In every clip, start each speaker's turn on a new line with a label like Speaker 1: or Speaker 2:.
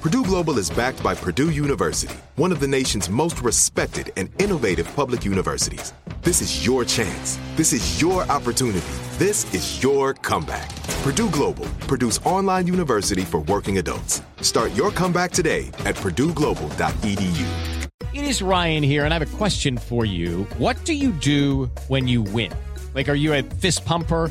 Speaker 1: Purdue Global is backed by Purdue University, one of the nation's most respected and innovative public universities. This is your chance. This is your opportunity. This is your comeback. Purdue Global, Purdue's online university for working adults. Start your comeback today at purdueglobal.edu.
Speaker 2: It is Ryan here, and I have a question for you. What do you do when you win? Like, are you a fist pumper?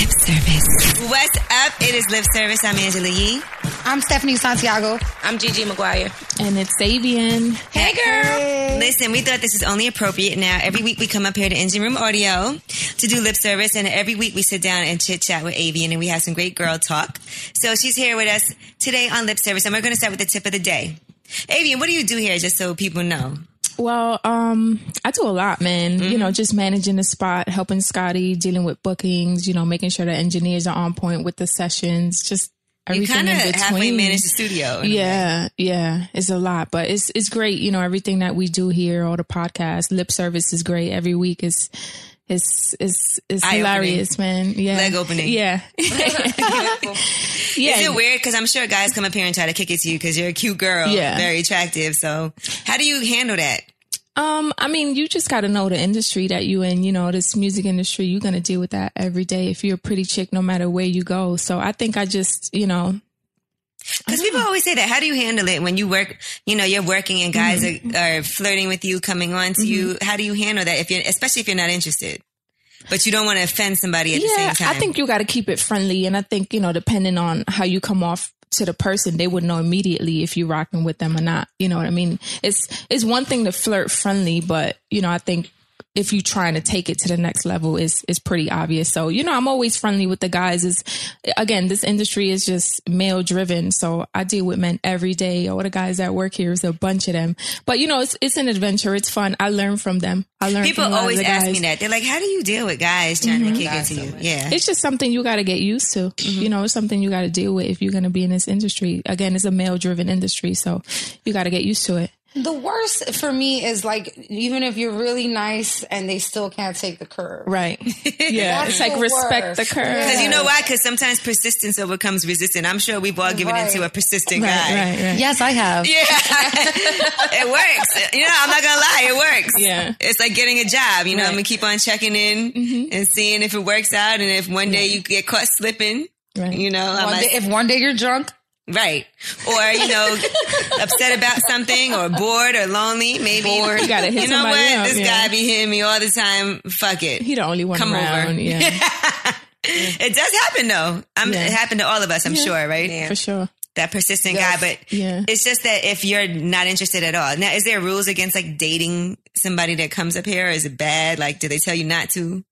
Speaker 3: Lip service. What's up? It is lip service. I'm Angela Yee.
Speaker 4: I'm Stephanie Santiago.
Speaker 5: I'm Gigi McGuire.
Speaker 6: And it's Sabian.
Speaker 3: Hey, girl. Hey. Listen, we thought this is only appropriate now. Every week we come up here to Engine Room Audio to do lip service, and every week we sit down and chit chat with Avian, and we have some great girl talk. So she's here with us today on lip service, and we're going to start with the tip of the day. Avian, what do you do here, just so people know?
Speaker 6: Well, um, I do a lot, man. Mm-hmm. You know, just managing the spot, helping Scotty, dealing with bookings, you know, making sure the engineers are on point with the sessions, just everything
Speaker 3: you
Speaker 6: in between.
Speaker 3: halfway manage the studio.
Speaker 6: Yeah, yeah, it's a lot, but it's it's great. You know, everything that we do here, all the podcasts, lip service is great. Every week is. It's it's it's Eye hilarious,
Speaker 3: opening.
Speaker 6: man. Yeah,
Speaker 3: leg opening.
Speaker 6: Yeah,
Speaker 3: yeah. Is it weird? Because I'm sure guys come up here and try to kick it to you because you're a cute girl, yeah, very attractive. So, how do you handle that?
Speaker 6: Um, I mean, you just got to know the industry that you in. You know, this music industry, you're gonna deal with that every day. If you're a pretty chick, no matter where you go. So I think I just, you know,
Speaker 3: because people always say that. How do you handle it when you work? You know, you're working and guys mm-hmm. are, are, flirting with you, coming on to mm-hmm. you. How do you handle that? If you're, especially if you're not interested. But you don't want to offend somebody at yeah, the same time.
Speaker 6: I think you got to keep it friendly. And I think, you know, depending on how you come off to the person, they would know immediately if you're rocking with them or not. You know what I mean? It's it's one thing to flirt friendly, but you know, I think if you're trying to take it to the next level is is pretty obvious. So, you know, I'm always friendly with the guys. Is again, this industry is just male driven. So I deal with men every day. All the guys that work here is a bunch of them. But you know, it's it's an adventure. It's fun. I learn from them. I learn
Speaker 3: People always ask
Speaker 6: guys.
Speaker 3: me that. They're like, How do you deal with guys trying mm-hmm. to kick guys into so you? Much. Yeah.
Speaker 6: It's just something you gotta get used to. Mm-hmm. You know, it's something you gotta deal with if you're gonna be in this industry. Again, it's a male driven industry, so you gotta get used to it.
Speaker 4: The worst for me is like even if you're really nice and they still can't take the curve.
Speaker 6: Right. Yeah. it's like the respect worst. the curve.
Speaker 3: Because you know why? Because sometimes persistence overcomes resistance. I'm sure we've all given right. into a persistent
Speaker 6: right,
Speaker 3: guy.
Speaker 6: Right,
Speaker 4: yes, I have.
Speaker 3: Yeah. it works. You know, I'm not gonna lie, it works.
Speaker 6: Yeah.
Speaker 3: It's like getting a job. You know, I'm gonna keep on checking in mm-hmm. and seeing if it works out, and if one day you get caught slipping. You know,
Speaker 4: one like, day, if one day you're drunk,
Speaker 3: Right. Or, you know, upset about something or bored or lonely, maybe.
Speaker 6: Bored. You gotta hit
Speaker 3: You know
Speaker 6: somebody
Speaker 3: what?
Speaker 6: Up,
Speaker 3: this
Speaker 6: yeah.
Speaker 3: guy be hitting me all the time. Fuck it.
Speaker 6: He the only one
Speaker 3: Come
Speaker 6: around.
Speaker 3: over.
Speaker 6: Yeah.
Speaker 3: it does happen though. I'm, yeah. It happened to all of us, I'm sure, right?
Speaker 6: Yeah. For sure.
Speaker 3: That persistent yes. guy, but yeah. it's just that if you're not interested at all. Now, is there rules against like dating somebody that comes up here? Is it bad? Like, do they tell you not to?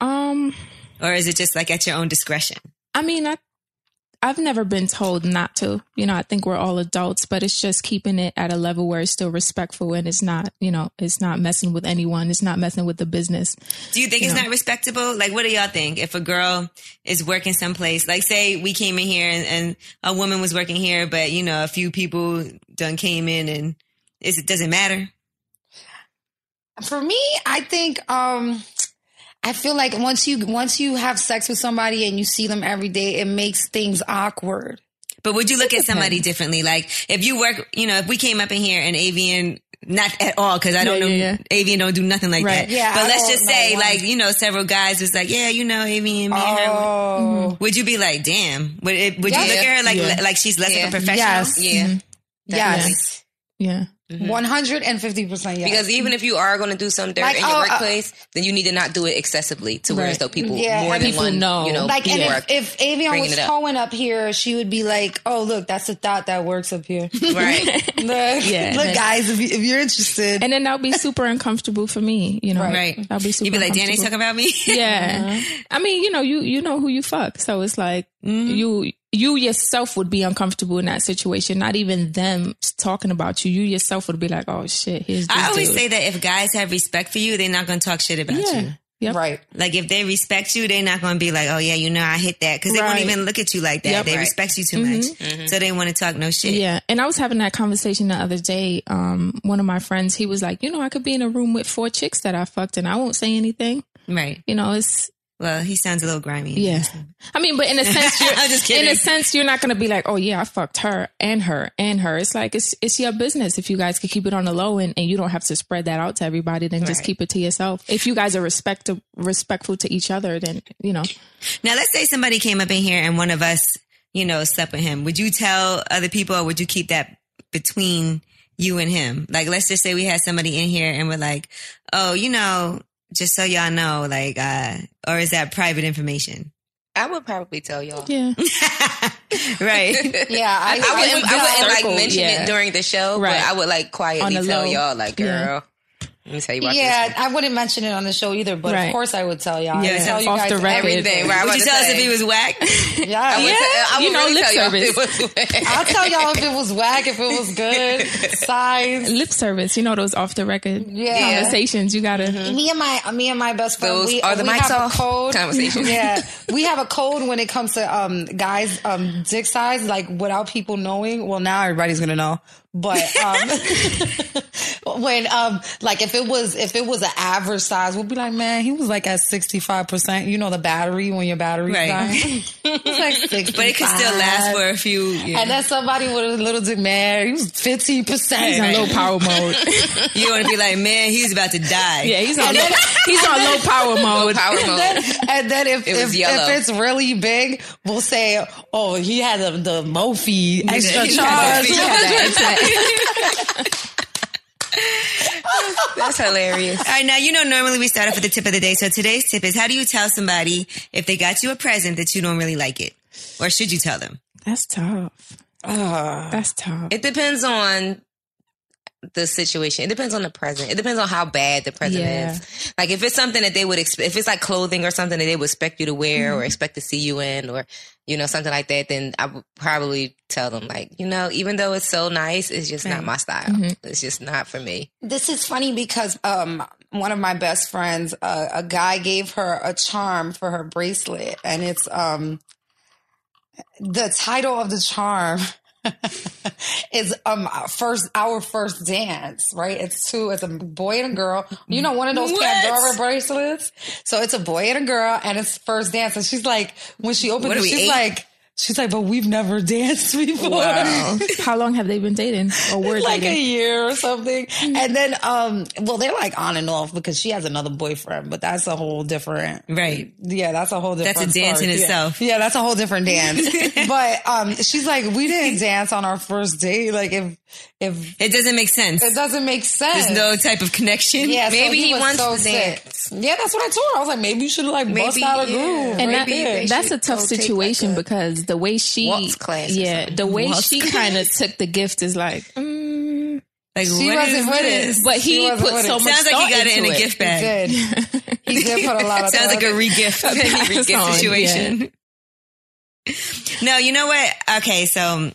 Speaker 6: Um,
Speaker 3: or is it just like at your own discretion?
Speaker 6: I mean, I I've never been told not to. You know, I think we're all adults, but it's just keeping it at a level where it's still respectful and it's not, you know, it's not messing with anyone. It's not messing with the business.
Speaker 3: Do you think you it's know? not respectable? Like, what do y'all think? If a girl is working someplace, like say we came in here and, and a woman was working here, but you know, a few people done came in and it doesn't matter.
Speaker 4: For me, I think, um, I feel like once you once you have sex with somebody and you see them every day, it makes things awkward.
Speaker 3: But would you look at somebody differently? Like if you work, you know, if we came up in here and Avian, not at all, because I don't
Speaker 6: Yeah,
Speaker 3: know,
Speaker 6: yeah,
Speaker 3: Avian don't do nothing like that.
Speaker 6: Right.
Speaker 4: Yeah,
Speaker 3: but
Speaker 4: I
Speaker 3: let's
Speaker 4: don't
Speaker 3: just
Speaker 4: know
Speaker 3: say,
Speaker 4: one.
Speaker 3: like, you know, several guys was like, yeah, you know, Avian, me and her.
Speaker 4: Oh.
Speaker 3: Would you be like, damn? Would it, would
Speaker 4: Yeah.
Speaker 3: you look at her like
Speaker 6: Yeah.
Speaker 3: like she's less of
Speaker 5: Yeah.
Speaker 3: a professional?
Speaker 4: Yes.
Speaker 5: Yeah.
Speaker 4: Mm-hmm. Yes.
Speaker 6: Yeah.
Speaker 4: 150% yes.
Speaker 5: Mm-hmm. Because even if you are going to do some dirt
Speaker 4: Like,
Speaker 5: in your
Speaker 4: oh, uh,
Speaker 5: workplace, then you need to not do it excessively to where as
Speaker 6: Right.
Speaker 5: though people
Speaker 4: Yeah,
Speaker 5: more
Speaker 4: and
Speaker 5: than
Speaker 6: people
Speaker 5: one
Speaker 6: know.
Speaker 5: you know
Speaker 4: like, and
Speaker 5: people
Speaker 4: if,
Speaker 5: are-
Speaker 4: if Avion
Speaker 5: bringing
Speaker 4: was
Speaker 5: it up.
Speaker 4: towing up here, she would be like, oh, look, that's a thought that works up here.
Speaker 5: right.
Speaker 4: Look,
Speaker 6: Yeah.
Speaker 4: look, guys, if, you, if you're interested,
Speaker 6: And then that'll be super uncomfortable for me, you know.
Speaker 3: Right.
Speaker 6: That'll be super
Speaker 3: You'd be like, damn, they
Speaker 6: uncomfortable.
Speaker 3: talk about me.
Speaker 6: Yeah.
Speaker 3: Uh-huh.
Speaker 6: I mean, you know, you you know who you fuck. So it's like
Speaker 3: Mm-hmm.
Speaker 6: you you yourself would be uncomfortable in that situation. Not even them talking about you. You yourself would be like, oh shit, here's this
Speaker 3: I always
Speaker 6: dude.
Speaker 3: say that if guys have respect for you, they're not going to talk shit about you.
Speaker 6: yeah. Yep.
Speaker 4: right?
Speaker 3: Like if they respect you, they're not going to be like, oh yeah, you know, I hit that because they won't
Speaker 6: Right.
Speaker 3: even look at you like that.
Speaker 6: Yep.
Speaker 3: they
Speaker 6: Right. Mm-hmm.
Speaker 3: respect you too much, so they want to talk no shit.
Speaker 6: Yeah. And I was having that conversation the other day. Um, one of my friends, he was like, you know, I could be in a room with four chicks that I fucked and I won't say anything.
Speaker 3: Right.
Speaker 6: You know, it's
Speaker 3: Well, he sounds a little grimy.
Speaker 6: yeah. I mean, but in a sense, you're,
Speaker 3: I'm just kidding.
Speaker 6: in a sense, you're not going to be like, oh yeah, I fucked her and her and her. It's like it's it's your business. If you guys could keep it on the low end and you don't have to spread that out to everybody, then just
Speaker 3: Right.
Speaker 6: keep it to yourself. If you guys are respect respectful to each other, then you know,
Speaker 3: Now let's say somebody came up in here and one of us, you know, slept with him. Would you tell other people, or would you keep that between you and him? Like, let's just say we had somebody in here and we're like, oh, you know, just so y'all know, like, uh, or is that private information?
Speaker 5: I would probably tell y'all.
Speaker 6: yeah,
Speaker 3: right.
Speaker 4: Yeah, I,
Speaker 5: I wouldn't, I
Speaker 4: would
Speaker 5: wouldn't
Speaker 6: circle,
Speaker 5: like mention
Speaker 6: yeah.
Speaker 5: it during the show,
Speaker 6: Right.
Speaker 5: but I would like
Speaker 6: On
Speaker 5: quietly
Speaker 6: the
Speaker 5: tell
Speaker 6: low.
Speaker 5: y'all, like, girl,
Speaker 6: Yeah.
Speaker 5: let me tell you about
Speaker 4: yeah,
Speaker 5: this.
Speaker 4: I wouldn't mention it on the show either, but
Speaker 6: Right.
Speaker 4: of course I would tell y'all.
Speaker 3: Yeah,
Speaker 4: I would tell you
Speaker 6: off
Speaker 4: guys
Speaker 6: the record.
Speaker 5: Everything, right? I
Speaker 3: Would
Speaker 5: was
Speaker 3: you
Speaker 5: about
Speaker 3: tell
Speaker 5: to
Speaker 3: us if
Speaker 5: say.
Speaker 3: he was whack?
Speaker 5: I would
Speaker 4: Yeah,
Speaker 6: Yeah,
Speaker 5: tell- I would
Speaker 6: you know,
Speaker 5: really
Speaker 6: lip
Speaker 5: tell y'all if it was-
Speaker 4: I'll tell y'all if it was whack, if it was good, size.
Speaker 6: lip service. You know those off the record
Speaker 4: Yeah.
Speaker 6: conversations. You gotta.
Speaker 5: Mm-hmm.
Speaker 4: Me and my me and my best friend,
Speaker 5: Those
Speaker 4: we,
Speaker 5: are the
Speaker 4: we
Speaker 5: mics
Speaker 4: have
Speaker 5: off
Speaker 4: a code.
Speaker 5: conversations.
Speaker 4: Yeah, we have a code when it comes to um guys um dick size, like without people knowing. Well, now everybody's gonna know, but um when um like if it was if it was an average size, we'll be like, man, he was like at sixty five percent. You know the battery when your battery's
Speaker 3: Right.
Speaker 4: dying. it's like sixty,
Speaker 3: But it could still last for a few. Yeah.
Speaker 4: And then somebody with a little dick, man, he was fifteen
Speaker 6: He's on
Speaker 4: percent.
Speaker 6: low power mode.
Speaker 3: You want to be like, man, he's about to die.
Speaker 6: yeah, he's on. Low, he's on low power mode.
Speaker 5: Power mode.
Speaker 4: and then if,
Speaker 5: was
Speaker 4: if,
Speaker 5: yellow.
Speaker 4: if it's really big, we'll say, oh, he had the, the Mophie extra
Speaker 5: he had
Speaker 4: charge.
Speaker 5: the Mophie. That's hilarious.
Speaker 3: All right, now you know normally we start off with the tip of the day. So today's tip is how do you tell somebody if they got you a present that you don't really like it? Or should you tell them?
Speaker 6: That's tough. That's tough.
Speaker 5: It depends on the situation. It depends on the present. It depends on how bad the present
Speaker 6: Yeah.
Speaker 5: is. Like if it's something that they would expect, if it's like clothing or something that they would expect you to wear
Speaker 3: Mm-hmm.
Speaker 5: or expect to see you in or, you know, something like that, then I would probably tell them like, you know, even though Oh, it's so nice, it's just not my style.
Speaker 6: Mm-hmm.
Speaker 5: It's just not for me.
Speaker 4: This is funny because um, one of my best friends, uh, a guy gave her a charm for her bracelet, and it's um, the title of the charm is um first our first dance, right? It's two, it's a boy and a girl. You know, one of those Pandora bracelets. So it's a boy and a girl, and it's first dance. And she's like, when she opened
Speaker 3: What
Speaker 4: it,
Speaker 3: are we,
Speaker 4: she's
Speaker 3: eight?
Speaker 4: like, she's like, but we've never danced before
Speaker 6: How long have they been dating or were
Speaker 4: like
Speaker 6: dating?
Speaker 4: a year or something. And then, um, well, they're like on and off because she has another boyfriend, but that's a whole different.
Speaker 3: Right.
Speaker 4: Yeah, that's a whole different.
Speaker 3: That's a dance
Speaker 4: story.
Speaker 3: in
Speaker 4: Yeah.
Speaker 3: itself.
Speaker 4: Yeah, that's a whole different dance. but um, she's like, we didn't dance on our first date. Like, if if
Speaker 3: It doesn't make sense.
Speaker 4: it doesn't make sense,
Speaker 3: There's no type of connection.
Speaker 4: Yeah, so
Speaker 5: Maybe he
Speaker 4: was
Speaker 5: wants
Speaker 4: so
Speaker 5: to
Speaker 4: sick.
Speaker 5: dance.
Speaker 4: Yeah, that's what I told her. I was like, maybe you should like bust
Speaker 5: Maybe,
Speaker 4: out a
Speaker 5: yeah.
Speaker 4: groove.
Speaker 6: and
Speaker 4: right
Speaker 6: that-
Speaker 4: there.
Speaker 6: that's a tough situation because the way she,
Speaker 5: waltz class or
Speaker 6: yeah,
Speaker 5: something.
Speaker 6: the way she kind of took the gift is like, mm,
Speaker 3: Like,
Speaker 4: she
Speaker 3: what
Speaker 4: wasn't
Speaker 3: is
Speaker 4: with
Speaker 3: this?
Speaker 4: it.
Speaker 6: but
Speaker 4: She
Speaker 6: he
Speaker 4: wasn't
Speaker 6: put
Speaker 4: with
Speaker 6: so
Speaker 4: it.
Speaker 6: much
Speaker 3: Sounds like he
Speaker 6: thought
Speaker 3: got it in
Speaker 6: into
Speaker 3: a gift
Speaker 4: He
Speaker 3: bag.
Speaker 4: did. He did put a lot of.
Speaker 3: Sounds
Speaker 4: thought
Speaker 3: like a
Speaker 4: into
Speaker 3: re-gift, a re-gift
Speaker 6: Song,
Speaker 3: situation. No, you know what? Okay, so um,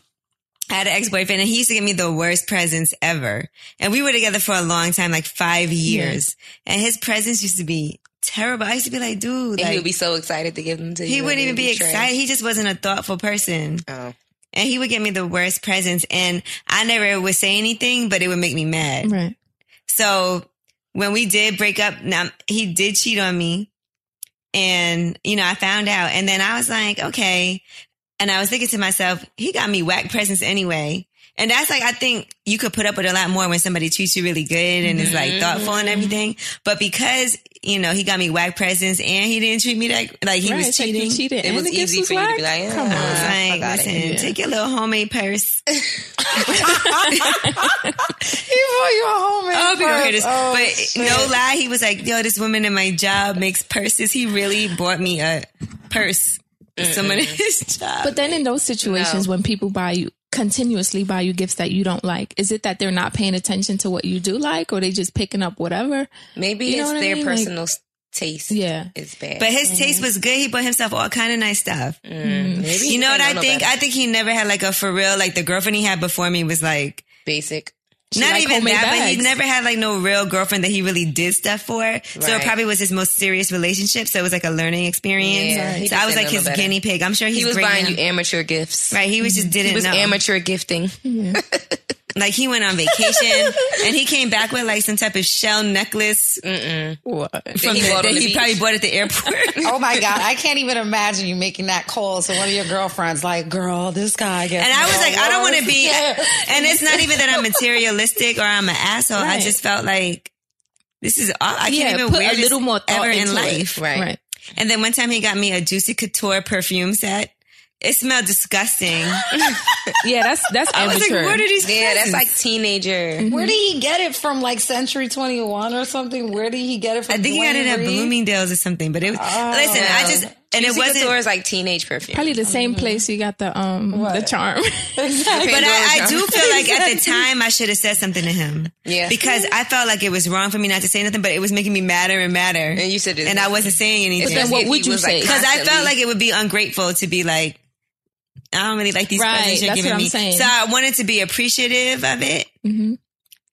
Speaker 3: I had an ex-boyfriend and he used to give me the worst presents ever. And we were together for a long time, like five years. And his presents used to be terrible. I used to be like, dude,
Speaker 5: And
Speaker 3: like,
Speaker 5: he would be so excited to give them to you.
Speaker 3: he
Speaker 5: and
Speaker 3: wouldn't
Speaker 5: they
Speaker 3: even
Speaker 5: would
Speaker 3: be
Speaker 5: trash.
Speaker 3: excited. He just wasn't a thoughtful person.
Speaker 5: Oh.
Speaker 3: And he would give me the worst presents and I never would say anything, but it would make me mad.
Speaker 6: Right.
Speaker 3: So when we did break up, now he did cheat on me. And, you know, I found out. And then I was like, okay. And I was thinking to myself, he got me whack presents anyway. And that's like, I think you could put up with a lot more when somebody treats you really good and is like thoughtful and everything. But because, you know, he got me whack presents and he didn't treat me like, like he
Speaker 6: Right,
Speaker 3: was
Speaker 6: check you
Speaker 3: cheating.
Speaker 6: cheated
Speaker 5: It
Speaker 6: and
Speaker 5: was
Speaker 6: the gifts
Speaker 5: easy for you to
Speaker 6: whack?
Speaker 5: be like,
Speaker 6: come
Speaker 5: uh,
Speaker 4: Uh-huh.
Speaker 6: on.
Speaker 5: fuck
Speaker 3: Like,
Speaker 5: outta
Speaker 3: listen,
Speaker 5: here.
Speaker 3: take your little homemade purse.
Speaker 4: you a homemade
Speaker 3: Oh, we gonna hear this.
Speaker 4: purse. Oh,
Speaker 3: but
Speaker 4: shit.
Speaker 3: no lie, he was like, "Yo, this woman in my job makes purses. He really bought me a purse. for Someone in his job."
Speaker 6: But then in those situations when people buy you continuously buy you gifts that you don't like, is it that they're not paying attention to what you do like or they just picking up whatever?
Speaker 5: Maybe
Speaker 6: You know
Speaker 5: it's
Speaker 6: what I
Speaker 5: their
Speaker 6: mean? Like-
Speaker 5: personal s taste.
Speaker 6: Yeah.
Speaker 5: is bad.
Speaker 3: But his taste was good. He bought himself all kind of nice stuff.
Speaker 5: Mm, maybe
Speaker 3: You know what I
Speaker 5: no
Speaker 3: think? I think he never had like a for real. Like the girlfriend he had before me was like
Speaker 5: basic.
Speaker 3: not
Speaker 6: liked
Speaker 3: even
Speaker 6: homemade
Speaker 3: that, but he
Speaker 6: bags.
Speaker 3: never had like no real girlfriend that he really did stuff for. So it
Speaker 5: Right.
Speaker 3: probably was his most serious relationship. So it was like a learning experience.
Speaker 5: Yeah, he
Speaker 3: so I was
Speaker 5: just didn't
Speaker 3: like
Speaker 5: know
Speaker 3: his
Speaker 5: better.
Speaker 3: guinea pig. I'm sure he's
Speaker 5: He was
Speaker 3: great
Speaker 5: buying
Speaker 3: now.
Speaker 5: you amateur gifts.
Speaker 3: Right, he was just didn't
Speaker 5: It was
Speaker 3: know.
Speaker 5: amateur gifting.
Speaker 3: Like he went on vacation and he came back with like some type of shell necklace
Speaker 6: What?
Speaker 3: from
Speaker 5: he
Speaker 3: the-
Speaker 5: bought
Speaker 3: that
Speaker 5: on the
Speaker 3: he
Speaker 5: beach.
Speaker 3: probably bought at the airport.
Speaker 4: Oh my God, I can't even imagine you making that call. So one of your girlfriends, like, girl, this guy. Gets
Speaker 3: And I was
Speaker 4: no
Speaker 3: like, I don't want to
Speaker 4: love."
Speaker 3: be. And it's not even that I'm materialistic or I'm an asshole. I
Speaker 6: Right.
Speaker 3: just felt like this is. All, I
Speaker 6: Yeah,
Speaker 3: can't even
Speaker 6: put
Speaker 3: wear
Speaker 6: a
Speaker 3: this
Speaker 6: little more thought
Speaker 3: ever in
Speaker 6: into it.
Speaker 3: life.
Speaker 5: Right.
Speaker 6: Right.
Speaker 3: And then one time he got me a Juicy Couture perfume set. It smelled disgusting.
Speaker 6: Yeah, that's that's
Speaker 3: I was like,
Speaker 6: amateur.
Speaker 3: where did these?
Speaker 5: Yeah, that's
Speaker 3: presents?
Speaker 5: like teenager.
Speaker 4: Where did he get it from? Like Century Twenty One or something? Where did he get it from?
Speaker 3: I think he got it at
Speaker 4: Dwayne Reed?
Speaker 3: Bloomingdale's or something. But it was.
Speaker 5: Oh.
Speaker 3: listen, I just and it wasn't.
Speaker 5: Couture is like teenage perfume.
Speaker 6: Probably the
Speaker 4: Mm-hmm.
Speaker 6: same place you got the um the charm.
Speaker 3: But I, I
Speaker 5: Pandora's
Speaker 3: do feel like at the time I should have said something to him.
Speaker 5: Yeah.
Speaker 3: Because I felt like it was wrong for me not to say nothing, but it was making me madder and madder.
Speaker 5: And you said it.
Speaker 3: and I wasn't saying
Speaker 5: But
Speaker 3: anything.
Speaker 5: then
Speaker 6: what
Speaker 5: if
Speaker 6: would
Speaker 5: he
Speaker 6: you
Speaker 5: was,
Speaker 6: say?
Speaker 3: Because I felt
Speaker 5: constantly-
Speaker 3: like it would be ungrateful to be like, I don't really like these
Speaker 6: Right,
Speaker 3: presents you're
Speaker 6: that's
Speaker 3: giving
Speaker 6: what I'm
Speaker 3: me.
Speaker 6: saying.
Speaker 3: So I wanted to be appreciative of it.
Speaker 6: Mhm.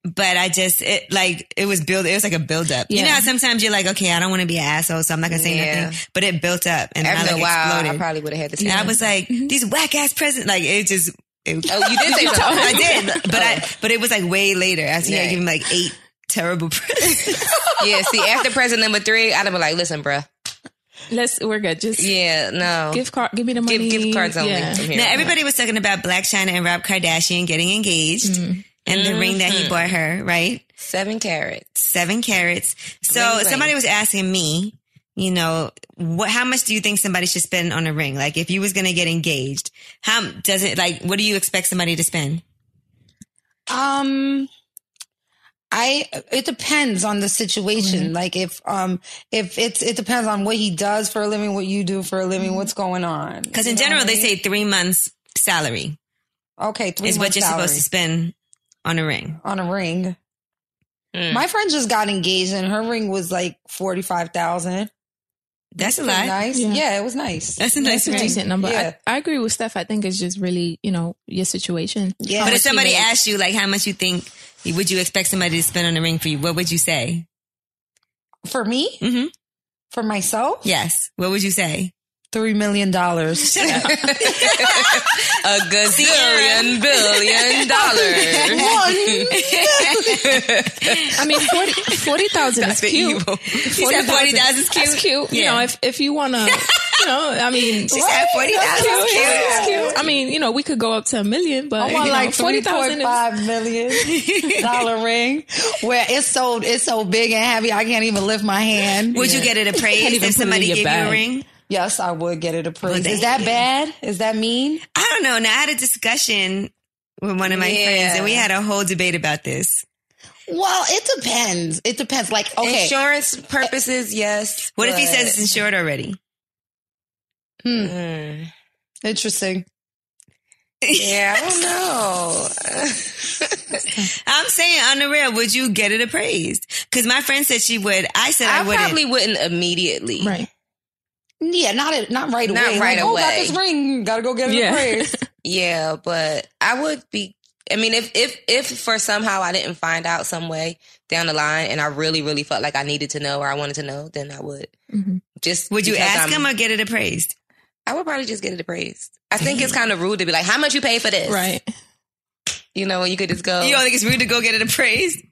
Speaker 3: But I just it like it was build it was like a build up. You know
Speaker 6: Yeah.
Speaker 3: how sometimes you're like, okay, I don't want to be an asshole, so I'm not gonna say
Speaker 5: Yeah.
Speaker 3: nothing. But it built up and
Speaker 5: after
Speaker 3: I like
Speaker 5: a while,
Speaker 3: exploded.
Speaker 5: I probably would have had the same.
Speaker 3: and I was like, these whack ass presents like it just it,
Speaker 5: oh, you did say something. Oh.
Speaker 3: I did, but I but it was like way later after he had
Speaker 5: Yeah.
Speaker 3: given me like eight terrible presents.
Speaker 5: yeah. See, after present number three, I'd have been like, listen, bruh.
Speaker 6: Let's we're good. Just
Speaker 5: Yeah, no.
Speaker 6: gift card give me the money.
Speaker 5: Give gift cards only.
Speaker 6: Yeah.
Speaker 5: From here
Speaker 3: now
Speaker 5: on out.
Speaker 3: everybody was talking about Black China and Rob Kardashian getting engaged and the ring
Speaker 5: Mm-hmm.
Speaker 3: that he bought her, right?
Speaker 5: seven carats.
Speaker 3: Seven carats. So
Speaker 5: Ring, ring.
Speaker 3: somebody was asking me, you know, what how much do you think somebody should spend on a ring? Like if you was gonna get engaged, how does it like what do you expect somebody to spend?
Speaker 4: Um, I it depends on the situation.
Speaker 3: Mm-hmm.
Speaker 4: Like if um if it's it depends on what he does for a living, what you do for a living, what's going on.
Speaker 3: Because Mm-hmm. in
Speaker 4: You know
Speaker 3: general
Speaker 4: what I
Speaker 3: they say three months salary
Speaker 4: mean? okay, three
Speaker 3: is what
Speaker 4: months
Speaker 3: you're
Speaker 4: salary
Speaker 3: supposed to spend on a ring.
Speaker 4: on a ring.
Speaker 5: Mm.
Speaker 4: My friend just got engaged, and her ring was like forty five thousand.
Speaker 3: That's a lot.
Speaker 4: Nice, yeah.
Speaker 6: Yeah.
Speaker 4: it was nice.
Speaker 3: That's a nice
Speaker 6: That's a
Speaker 3: ring.
Speaker 6: decent number.
Speaker 4: Yeah.
Speaker 6: I, I agree with Steph. I think it's just really, you know, your situation.
Speaker 4: Yeah,
Speaker 3: But if
Speaker 6: much you
Speaker 3: somebody
Speaker 6: make.
Speaker 3: asked you like how much you think would you expect somebody to spend on a ring for you, what would you say?
Speaker 4: for me,
Speaker 3: Mhm.
Speaker 4: for myself,
Speaker 3: Yes. What would you say?
Speaker 4: three million dollars.
Speaker 5: A gazillion billion dollars.
Speaker 6: I mean, 40 40,000 is cute.
Speaker 3: She said 40,000 is cute.
Speaker 6: That's cute. You
Speaker 3: Yeah.
Speaker 6: know, if if you want to, you know, I mean,
Speaker 3: She said 40,000 is
Speaker 6: That's
Speaker 3: cute.
Speaker 6: That's cute. I mean, you know, we could go up to a million, but
Speaker 4: I
Speaker 6: you know,
Speaker 4: want like
Speaker 6: forty
Speaker 4: three point
Speaker 6: thousand is
Speaker 4: five million dollar ring where it's so it's so big and heavy I can't even lift my hand.
Speaker 3: Would you get it appraised
Speaker 6: even
Speaker 3: if
Speaker 6: put it
Speaker 3: somebody
Speaker 6: in your
Speaker 3: gave you a
Speaker 6: bag.
Speaker 3: ring?
Speaker 4: yes, I would get it approved.
Speaker 3: Well,
Speaker 4: Is that
Speaker 3: damn.
Speaker 4: bad? Is that mean?
Speaker 3: I don't know. Now I had a discussion with one of my
Speaker 5: Yeah.
Speaker 3: friends and we had a whole debate about this.
Speaker 4: Well, it depends. It depends. Like okay,
Speaker 5: Insurance purposes, yes.
Speaker 3: What if he
Speaker 5: but-
Speaker 3: says it's insured already?
Speaker 5: Mm.
Speaker 4: interesting.
Speaker 5: Yeah, I don't know.
Speaker 3: I'm saying on the real, would you get it appraised? Because my friend said she would. I said I,
Speaker 5: I
Speaker 3: wouldn't.
Speaker 5: probably wouldn't immediately.
Speaker 6: right.
Speaker 4: Yeah, not not right
Speaker 5: Not
Speaker 4: away.
Speaker 5: right
Speaker 4: like, Oh, got
Speaker 5: away.
Speaker 4: this ring. Gotta go get it
Speaker 6: Yeah.
Speaker 4: appraised.
Speaker 5: Yeah, but I would be. I mean, if if if for somehow I didn't find out some way down the line, and I really really felt like I needed to know or I wanted to know, then I would
Speaker 4: Mm-hmm.
Speaker 6: Mhm.
Speaker 5: just.
Speaker 3: would you
Speaker 5: because
Speaker 3: ask
Speaker 5: I'm-
Speaker 3: him or get it appraised?
Speaker 5: I would probably just get it appraised. I think it's kind of rude to be like, "How much you pay for this?"
Speaker 6: Right.
Speaker 5: You know, you could just go.
Speaker 3: You don't think it's rude to go get it appraised?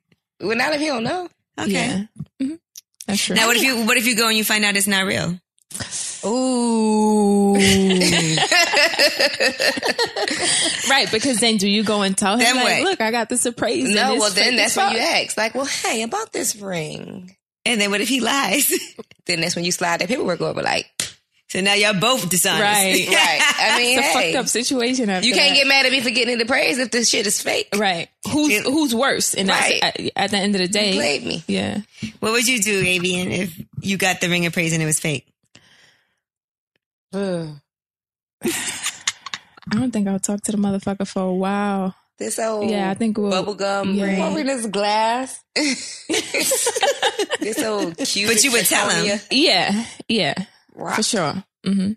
Speaker 5: well, not if you don't know.
Speaker 3: Okay.
Speaker 6: Yeah. Mhm. That's true.
Speaker 3: Now, what if you what if you go and you find out it's not real?
Speaker 4: Ooh.
Speaker 6: Right, because then do you go and tell him,
Speaker 5: Them
Speaker 6: like,
Speaker 5: way.
Speaker 6: look, I got this appraisal.
Speaker 5: No, well then that's when you ask, like, well, hey, about this ring.
Speaker 3: And then what if he lies?
Speaker 5: Then that's when you slide that paperwork over, like,
Speaker 3: so now y'all both dishonest.
Speaker 6: Right.
Speaker 5: right. I mean,
Speaker 6: It's a
Speaker 5: hey,
Speaker 6: fucked up situation. After
Speaker 5: you can't
Speaker 6: that.
Speaker 5: get mad at me for getting it appraised if this shit is fake.
Speaker 6: right. Who's
Speaker 3: It-
Speaker 6: who's worse? And that's-
Speaker 5: Right.
Speaker 6: at, at the end of the day,
Speaker 5: Played me.
Speaker 6: yeah.
Speaker 3: What would you do, Avian, if you got the ring of praise and it was fake?
Speaker 6: I don't think I'll talk to the motherfucker for a while.
Speaker 5: This old
Speaker 6: Yeah, I think we'll-
Speaker 5: Oh, bubblegum
Speaker 6: yeah.
Speaker 5: ring.
Speaker 4: Over this glass.
Speaker 5: This old cute.
Speaker 3: But you would tell him.
Speaker 6: Yeah, yeah, for sure. hmm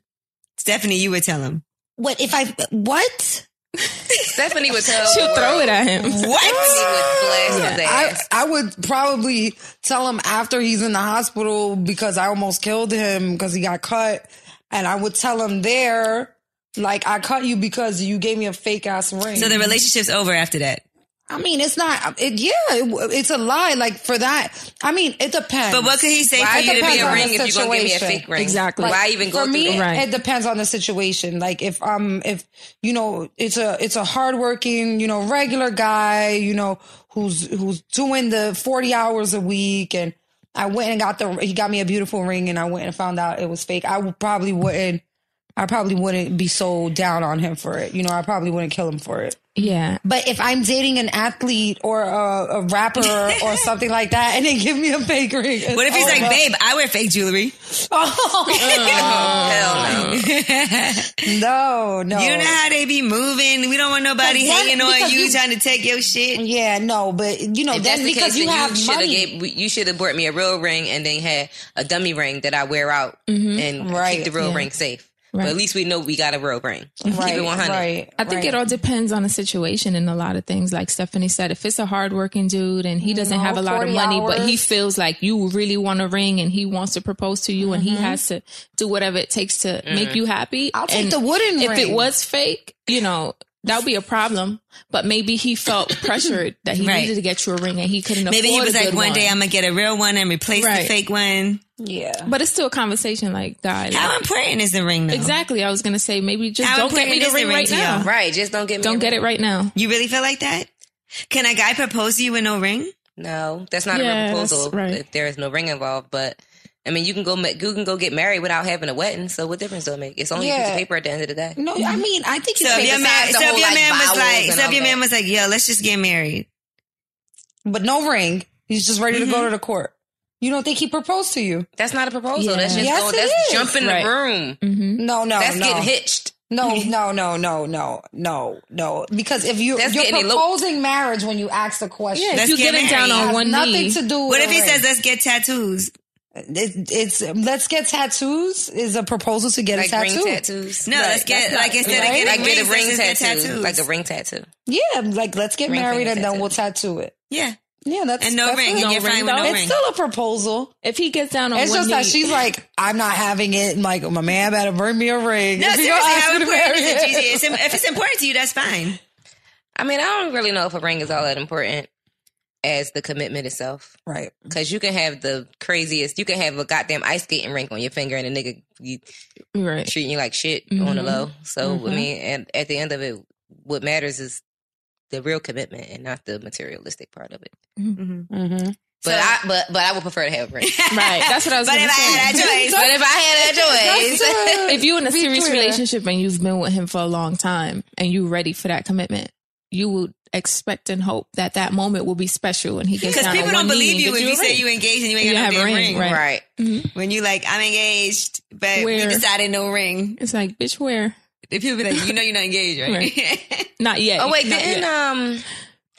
Speaker 3: Stephanie, you would tell him.
Speaker 4: What if I what?
Speaker 5: Stephanie would tell.
Speaker 6: She'll throw it at him.
Speaker 5: Stephanie would blast his
Speaker 4: I,
Speaker 5: ass.
Speaker 4: I would probably tell him after he's in the hospital because I almost killed him because he got cut. And I would tell him there, like, I cut you because you gave me a fake ass ring.
Speaker 3: So the relationship's over after that.
Speaker 4: I mean, it's not, it, yeah, it, it's a lie. Like, for that, I mean, it depends.
Speaker 3: But what could he say
Speaker 5: Why
Speaker 3: for you to be
Speaker 4: depends
Speaker 5: a
Speaker 4: on
Speaker 5: ring
Speaker 4: the
Speaker 5: if you're gonna give me a
Speaker 4: situation.
Speaker 5: fake ring?
Speaker 6: Exactly.
Speaker 5: Why even go
Speaker 4: for
Speaker 5: through
Speaker 4: me
Speaker 5: that?
Speaker 6: Right.
Speaker 4: it depends on the situation like if um if you know it's a it's a hardworking you know regular guy you know who's who's doing the 40 hours a week and i went and got the he got me a beautiful ring and i went and found out it was fake i would probably wouldn't i probably wouldn't be so down on him for it you know i probably wouldn't kill him for it
Speaker 6: Yeah,
Speaker 4: but if i'm dating an athlete or a, a rapper or something like that and they give me a fake ring it's
Speaker 3: What if he's like,
Speaker 4: over.
Speaker 3: babe, I wear fake jewelry?
Speaker 5: Hell no.
Speaker 4: no no
Speaker 3: You know how they be moving. We don't want nobody
Speaker 4: But what-
Speaker 3: hating on
Speaker 4: because
Speaker 3: you,
Speaker 4: you-
Speaker 3: trying to take your shit.
Speaker 4: Yeah, no, but you know
Speaker 5: If
Speaker 4: that's,
Speaker 5: that's the
Speaker 4: because
Speaker 5: case,
Speaker 4: you
Speaker 5: then
Speaker 4: have
Speaker 5: you should have
Speaker 4: money.
Speaker 5: gave you should have bought me a real ring and then had a dummy ring that I wear out and
Speaker 4: Right,
Speaker 5: keep the real
Speaker 6: Mm-hmm. yeah.
Speaker 5: ring safe.
Speaker 6: Right.
Speaker 5: But at least we know we got a real ring. keep it one hundred.
Speaker 4: Right,
Speaker 6: I think
Speaker 4: right.
Speaker 6: it all depends on the situation and a lot of things. Like Stephanie said, if it's a hardworking dude and he doesn't have a lot
Speaker 4: 40
Speaker 6: of money, but he
Speaker 4: hours.
Speaker 6: feels like you really want a ring and he wants to propose to you and
Speaker 3: Mm-hmm.
Speaker 6: he has to do whatever it takes to make you happy.
Speaker 4: I'll take
Speaker 6: And
Speaker 4: the wooden
Speaker 6: If it
Speaker 4: ring.
Speaker 6: was fake, you know, that would be a problem. But maybe he felt pressured that he
Speaker 3: Right.
Speaker 6: needed to get you a ring and he couldn't
Speaker 3: Maybe
Speaker 6: afford
Speaker 3: he was
Speaker 6: a
Speaker 3: like,
Speaker 6: good
Speaker 3: one
Speaker 6: one
Speaker 3: day I'm going to get a real one and replace the
Speaker 6: Right.
Speaker 3: fake one.
Speaker 4: Yeah,
Speaker 6: But it's still a conversation like guy. like-
Speaker 3: How important is the ring, though?
Speaker 6: exactly. I was gonna say maybe just
Speaker 3: How
Speaker 6: don't get me
Speaker 3: important
Speaker 6: the
Speaker 3: is the
Speaker 6: ring
Speaker 3: ring
Speaker 6: right
Speaker 3: to
Speaker 6: now.
Speaker 3: y'all?
Speaker 5: Right. Just don't get me.
Speaker 6: Don't
Speaker 5: a
Speaker 6: get
Speaker 5: ring.
Speaker 6: it right now.
Speaker 3: You really feel like that? Can a guy propose to you with no ring?
Speaker 5: No, that's not
Speaker 6: Yeah,
Speaker 5: a real
Speaker 6: that's
Speaker 5: proposal.
Speaker 6: right.
Speaker 5: If there is no ring involved, but I mean, you can go ma- you can go get married without having a wedding. So what difference does it make? It's only a piece
Speaker 4: Yeah.
Speaker 5: of paper at the end of the day.
Speaker 4: no, I mean I think
Speaker 3: So
Speaker 4: it's
Speaker 3: if your
Speaker 5: besides
Speaker 3: man,
Speaker 5: the
Speaker 3: so if
Speaker 5: whole,
Speaker 3: your
Speaker 5: like,
Speaker 3: man was
Speaker 5: vowels
Speaker 3: like,
Speaker 5: and
Speaker 3: so if
Speaker 5: all
Speaker 3: your man
Speaker 5: that.
Speaker 3: was like, yo, let's just get married.
Speaker 4: but no ring. He's just ready to go to the court. You don't think he proposed to you?
Speaker 5: That's not a proposal.
Speaker 6: Yeah.
Speaker 5: That's just
Speaker 4: Yes,
Speaker 5: going.
Speaker 4: it
Speaker 5: That's
Speaker 4: is.
Speaker 5: jumping
Speaker 6: Right. Mm-hmm. Oh,
Speaker 5: the room.
Speaker 4: No, no,
Speaker 5: That's
Speaker 4: no.
Speaker 5: getting hitched.
Speaker 4: No, no, no, no, no, no, no. Because if you
Speaker 5: That's
Speaker 4: you're
Speaker 5: getting eloped.
Speaker 4: proposing marriage when you ask the question,
Speaker 6: Yeah,
Speaker 3: Let's
Speaker 6: if you
Speaker 3: get
Speaker 6: get him down
Speaker 3: married.
Speaker 6: on
Speaker 4: has
Speaker 6: one
Speaker 4: nothing
Speaker 6: knee.
Speaker 4: to do. with
Speaker 3: What
Speaker 4: a
Speaker 3: if he
Speaker 4: ring.
Speaker 3: says, let's get tattoos?
Speaker 4: It- it's let's get tattoos is a proposal to get
Speaker 5: Like
Speaker 4: a tattoo.
Speaker 5: ring tattoos.
Speaker 3: No, let's get, like, instead of
Speaker 4: right?
Speaker 3: getting
Speaker 5: Like get
Speaker 3: rings,
Speaker 5: a ring
Speaker 3: let's just get
Speaker 5: tattoo.
Speaker 3: tattoos.
Speaker 5: Like a ring tattoo.
Speaker 4: Yeah, like let's get
Speaker 5: Ring
Speaker 4: married
Speaker 5: finger
Speaker 4: and then
Speaker 5: tattoo.
Speaker 4: we'll tattoo it.
Speaker 3: Yeah.
Speaker 4: Yeah, that's
Speaker 3: And no
Speaker 4: that's
Speaker 3: ring.
Speaker 4: it.
Speaker 3: And you're fine with no
Speaker 4: it's
Speaker 3: ring.
Speaker 4: still a proposal.
Speaker 6: If he gets down on
Speaker 4: It's
Speaker 6: one
Speaker 4: just
Speaker 6: knee,
Speaker 4: that she's like, I'm not having it. And like, my man better bring me a ring.
Speaker 3: No,
Speaker 4: If he
Speaker 3: seriously,
Speaker 4: don't ask
Speaker 3: how
Speaker 4: me to
Speaker 3: important is
Speaker 4: marry
Speaker 3: it,
Speaker 4: him.
Speaker 3: Gigi? It's- If it's important to you, that's fine.
Speaker 5: I mean, I don't really know if a ring is all that important as the commitment itself.
Speaker 4: Right.
Speaker 5: Because you can have the craziest, you can have a goddamn ice skating rink on your finger and a nigga you,
Speaker 6: right?
Speaker 5: treating you like shit on
Speaker 3: Mm-hmm.
Speaker 5: the low. So, I mean, and at the end of it, what matters is the real commitment and not the materialistic part of it. But I, but but I would prefer to have a ring.
Speaker 6: Mm-hmm. Right. That's what I was
Speaker 3: But
Speaker 6: gonna
Speaker 3: if I
Speaker 6: say.
Speaker 3: had that choice,
Speaker 5: but if I had that choice,
Speaker 6: if you're in a serious
Speaker 4: clear.
Speaker 6: relationship and you've been with him for a long time and you're ready for that commitment, you would expect and hope that that moment will be special and he gets
Speaker 3: because
Speaker 6: down
Speaker 3: people
Speaker 6: on
Speaker 3: don't
Speaker 6: one knee
Speaker 3: believe
Speaker 6: and
Speaker 3: you
Speaker 6: gives
Speaker 3: if
Speaker 6: a
Speaker 3: you say
Speaker 6: ring.
Speaker 3: you engaged and you ain't
Speaker 6: You
Speaker 3: got
Speaker 6: have
Speaker 3: no
Speaker 6: a
Speaker 3: damn
Speaker 6: ring,
Speaker 3: ring.
Speaker 6: right.
Speaker 5: right?
Speaker 3: When you like, I'm engaged, but we
Speaker 6: Where?
Speaker 3: decided no ring.
Speaker 6: It's like, bitch, where?
Speaker 3: The people be like, you know you're not engaged, right?
Speaker 6: Not yet.
Speaker 5: Oh wait,
Speaker 6: Not
Speaker 5: didn't
Speaker 6: yet.
Speaker 3: uh,
Speaker 5: um,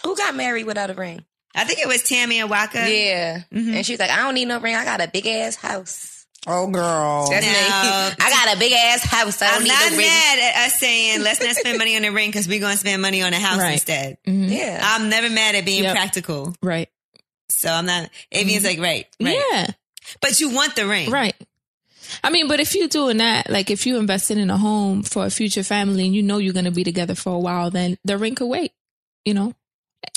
Speaker 5: who got married without a ring?
Speaker 3: I think it was Tammy and Waka.
Speaker 5: Yeah,
Speaker 3: Mm-hmm.
Speaker 5: and she's like, I don't need no ring. I got a big ass house.
Speaker 4: Oh, girl.
Speaker 5: That's me.
Speaker 3: Now-
Speaker 5: I got a big ass house. I don't
Speaker 3: I'm
Speaker 5: need
Speaker 3: not
Speaker 5: no ring.
Speaker 3: mad at us saying let's not spend money on the ring because we're going to spend money on the house
Speaker 6: Right.
Speaker 3: instead.
Speaker 5: Mm-hmm. Yeah.
Speaker 3: I'm never mad at being
Speaker 6: Yep.
Speaker 3: practical.
Speaker 6: Right.
Speaker 3: So I'm not, Avian's like, right, right.
Speaker 6: Yeah.
Speaker 3: But you want the ring.
Speaker 6: Right. I mean, but if you're doing that, like if you invested in a home for a future family and you know you're going to be together for a while, then the ring could wait, you know?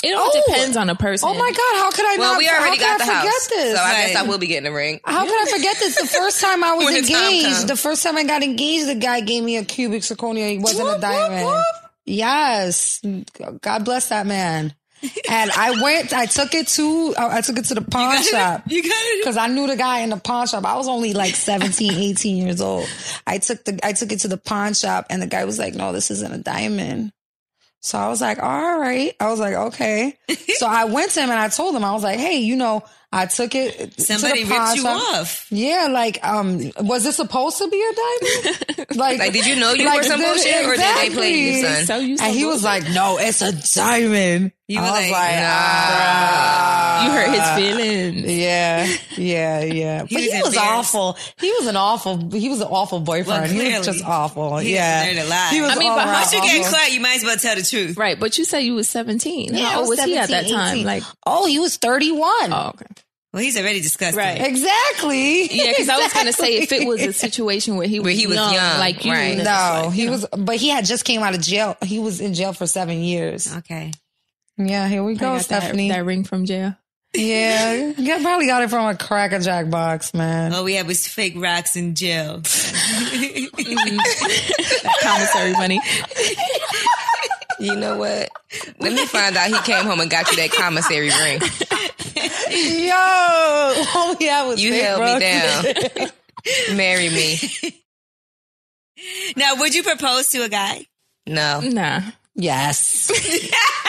Speaker 6: it all
Speaker 4: Oh.
Speaker 6: depends on a person.
Speaker 4: Oh my God! How could I
Speaker 5: Well,
Speaker 4: not?
Speaker 5: we already
Speaker 4: how
Speaker 5: got
Speaker 4: could
Speaker 5: the
Speaker 4: I forget
Speaker 5: house,
Speaker 4: This?
Speaker 5: so I guess I will be getting a ring.
Speaker 4: How could I forget this? The first time I was
Speaker 5: When the time comes.
Speaker 4: engaged, the first time I got engaged, the guy gave me a cubic zirconia. He wasn't a diamond. Yes, God bless that man. And I went. I took it to. I I took it to the pawn shop
Speaker 3: You got it.
Speaker 4: because I knew the guy in the pawn shop. I was only like 17, 18 years old. I took the I took it to the pawn shop and the guy was like, "No, this isn't a diamond." So I was like, "All right." I was like, "Okay." So I went to him and I told him I was like, "Hey, you know, I took it
Speaker 3: Somebody
Speaker 4: to the pawn
Speaker 3: ripped you
Speaker 4: shop.
Speaker 3: off.
Speaker 4: Yeah, like um was this supposed to be a diamond? Like
Speaker 5: Like, did you know you were some
Speaker 4: did-
Speaker 5: bullshit, or did they play you,
Speaker 4: exactly.
Speaker 5: son?
Speaker 6: So you
Speaker 4: And he was like, "No, it's a diamond."
Speaker 3: You
Speaker 4: I
Speaker 3: were
Speaker 4: was
Speaker 3: like,
Speaker 4: like,
Speaker 3: nah.
Speaker 4: "Ah."
Speaker 6: you hurt his feelings.
Speaker 4: Yeah, yeah, yeah. but
Speaker 3: was
Speaker 4: he was
Speaker 3: embarrassed.
Speaker 4: awful. He was an awful. He was an awful boyfriend.
Speaker 3: Well,
Speaker 4: he was
Speaker 3: clearly.
Speaker 4: just awful.
Speaker 3: He
Speaker 4: yeah,
Speaker 3: learned a lot.
Speaker 4: He was
Speaker 6: I mean,
Speaker 4: all
Speaker 6: but
Speaker 4: around
Speaker 6: once
Speaker 3: Once you get
Speaker 4: awful.
Speaker 3: caught, you might as well tell the truth.
Speaker 6: Right, but you said you was 17.
Speaker 4: Yeah, I
Speaker 6: How old was, he at that
Speaker 4: 17,
Speaker 6: time?
Speaker 4: 18.
Speaker 6: Like,
Speaker 4: oh, he was thirty-one.
Speaker 6: oh, okay.
Speaker 3: Well, he's already disgusted.
Speaker 6: Right.
Speaker 4: Exactly.
Speaker 6: Yeah, because I was going to say if it was a
Speaker 4: Exactly.
Speaker 6: situation where he was,
Speaker 5: Where he was
Speaker 6: young,
Speaker 5: young,
Speaker 6: like you.
Speaker 5: right.
Speaker 6: then it's
Speaker 4: no,
Speaker 6: like,
Speaker 4: he
Speaker 6: you know.
Speaker 4: was, but he had just came out of jail. He was in jail for seven years.
Speaker 3: Okay.
Speaker 4: Yeah, here we
Speaker 6: I
Speaker 4: go,
Speaker 6: got that-
Speaker 4: Stephanie.
Speaker 6: that ring from jail.
Speaker 4: Yeah, you probably got it from a cracker jack box, man.
Speaker 3: All we had was fake rocks and gel.
Speaker 6: that commissary money.
Speaker 5: You know what? Let me find out he came home and got you that commissary ring.
Speaker 4: Yo, oh yeah, was
Speaker 5: You
Speaker 4: big,
Speaker 5: held
Speaker 4: bro.
Speaker 5: me down. Marry me.
Speaker 3: now, would you propose to a guy?
Speaker 5: No.
Speaker 6: Nah.
Speaker 4: Yes.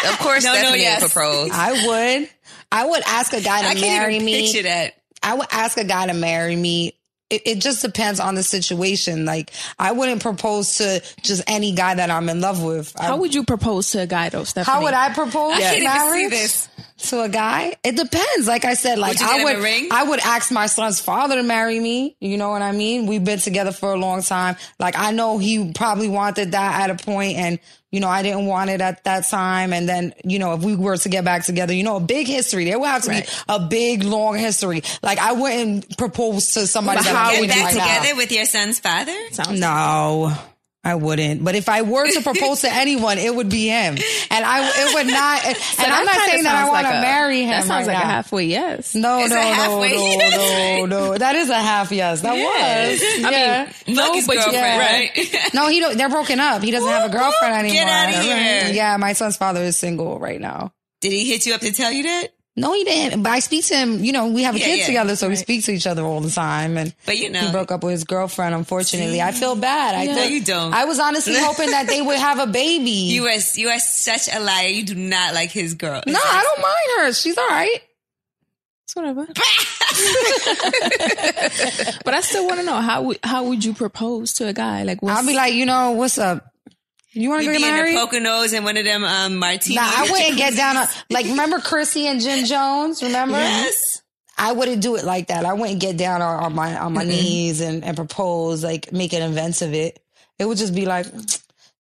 Speaker 5: Of course
Speaker 3: No, no,
Speaker 5: Stephanie
Speaker 3: yes.
Speaker 5: would propose.
Speaker 4: I would. I would ask a guy to
Speaker 3: I can't
Speaker 4: marry
Speaker 3: even
Speaker 4: me.
Speaker 3: picture that.
Speaker 4: I would ask a guy to marry me. It, it just depends on the situation. Like, I wouldn't propose to just any guy that I'm in love with. I-
Speaker 6: How would you propose to a guy though, Stephanie?
Speaker 4: how would I propose
Speaker 3: can't even see
Speaker 4: marriage
Speaker 3: this.
Speaker 4: to a guy? It depends. Like I said, like
Speaker 3: you get
Speaker 4: I
Speaker 3: him
Speaker 4: would,
Speaker 3: a ring?
Speaker 4: I would ask my son's father to marry me. You know what I mean? We've been together for a long time. Like I know he probably wanted that at a point, and you know I didn't want it at that time. And then you know if we were to get back together, you know a big history. There would have to be
Speaker 6: Right.
Speaker 4: a big long history. Like I wouldn't propose to somebody.
Speaker 6: But
Speaker 4: that
Speaker 6: how
Speaker 4: I'm
Speaker 6: would
Speaker 3: Get
Speaker 4: with
Speaker 6: you
Speaker 3: back
Speaker 4: right now.
Speaker 3: together with your son's father?
Speaker 6: Sounds
Speaker 4: No, I wouldn't. But if I were to propose to anyone, it would be him, and I it would not. And, I'm not
Speaker 6: kinda
Speaker 4: saying that I
Speaker 6: sounds
Speaker 4: want to
Speaker 6: like a-
Speaker 4: marry him.
Speaker 6: That sounds
Speaker 4: right
Speaker 6: like a
Speaker 4: now.
Speaker 6: halfway yes.
Speaker 4: No,
Speaker 3: It's
Speaker 4: no,
Speaker 3: a
Speaker 4: no,
Speaker 3: halfway
Speaker 4: no,
Speaker 3: yes.
Speaker 4: no, no. That is a half yes. That was.
Speaker 6: I
Speaker 4: yeah.
Speaker 6: mean,
Speaker 3: Fuck
Speaker 6: no,
Speaker 3: his
Speaker 6: but you,
Speaker 3: girlfriend,
Speaker 6: right?
Speaker 3: right?
Speaker 4: no, he don't, they're broken up. He doesn't have a
Speaker 3: Woo, woo,
Speaker 4: girlfriend anymore.
Speaker 3: get outta here.
Speaker 4: Yeah, my son's father is single right now.
Speaker 3: Did he hit you up to tell you that?
Speaker 4: No, he didn't. But I speak to him. You know, we have a
Speaker 3: Yeah,
Speaker 4: kid
Speaker 3: yeah.
Speaker 4: together, so we speak to each other all the time. And
Speaker 3: But you
Speaker 4: he
Speaker 3: know,
Speaker 4: broke up with his girlfriend. Unfortunately, I feel bad. I
Speaker 3: no,
Speaker 4: thought-
Speaker 3: you don't.
Speaker 4: I was honestly hoping that they would have a baby.
Speaker 3: you are you are such a liar. You do not like his girl.
Speaker 4: No, I don't mind her. She's all right.
Speaker 6: It's whatever. but I still want to know how would how would you propose to a guy? Like, what's,
Speaker 4: I'll be like, you know, what's up? You want to
Speaker 3: You'd
Speaker 4: get
Speaker 3: be in
Speaker 4: married?
Speaker 3: the Poconos and one of them um, martinis.
Speaker 4: Nah, I wouldn't get down on like remember Chrissy and Jim Jones. Remember?
Speaker 3: Yes.
Speaker 4: I wouldn't do it like that. I wouldn't get down on, on my on my knees and, and propose like make an event of it. It would just be like,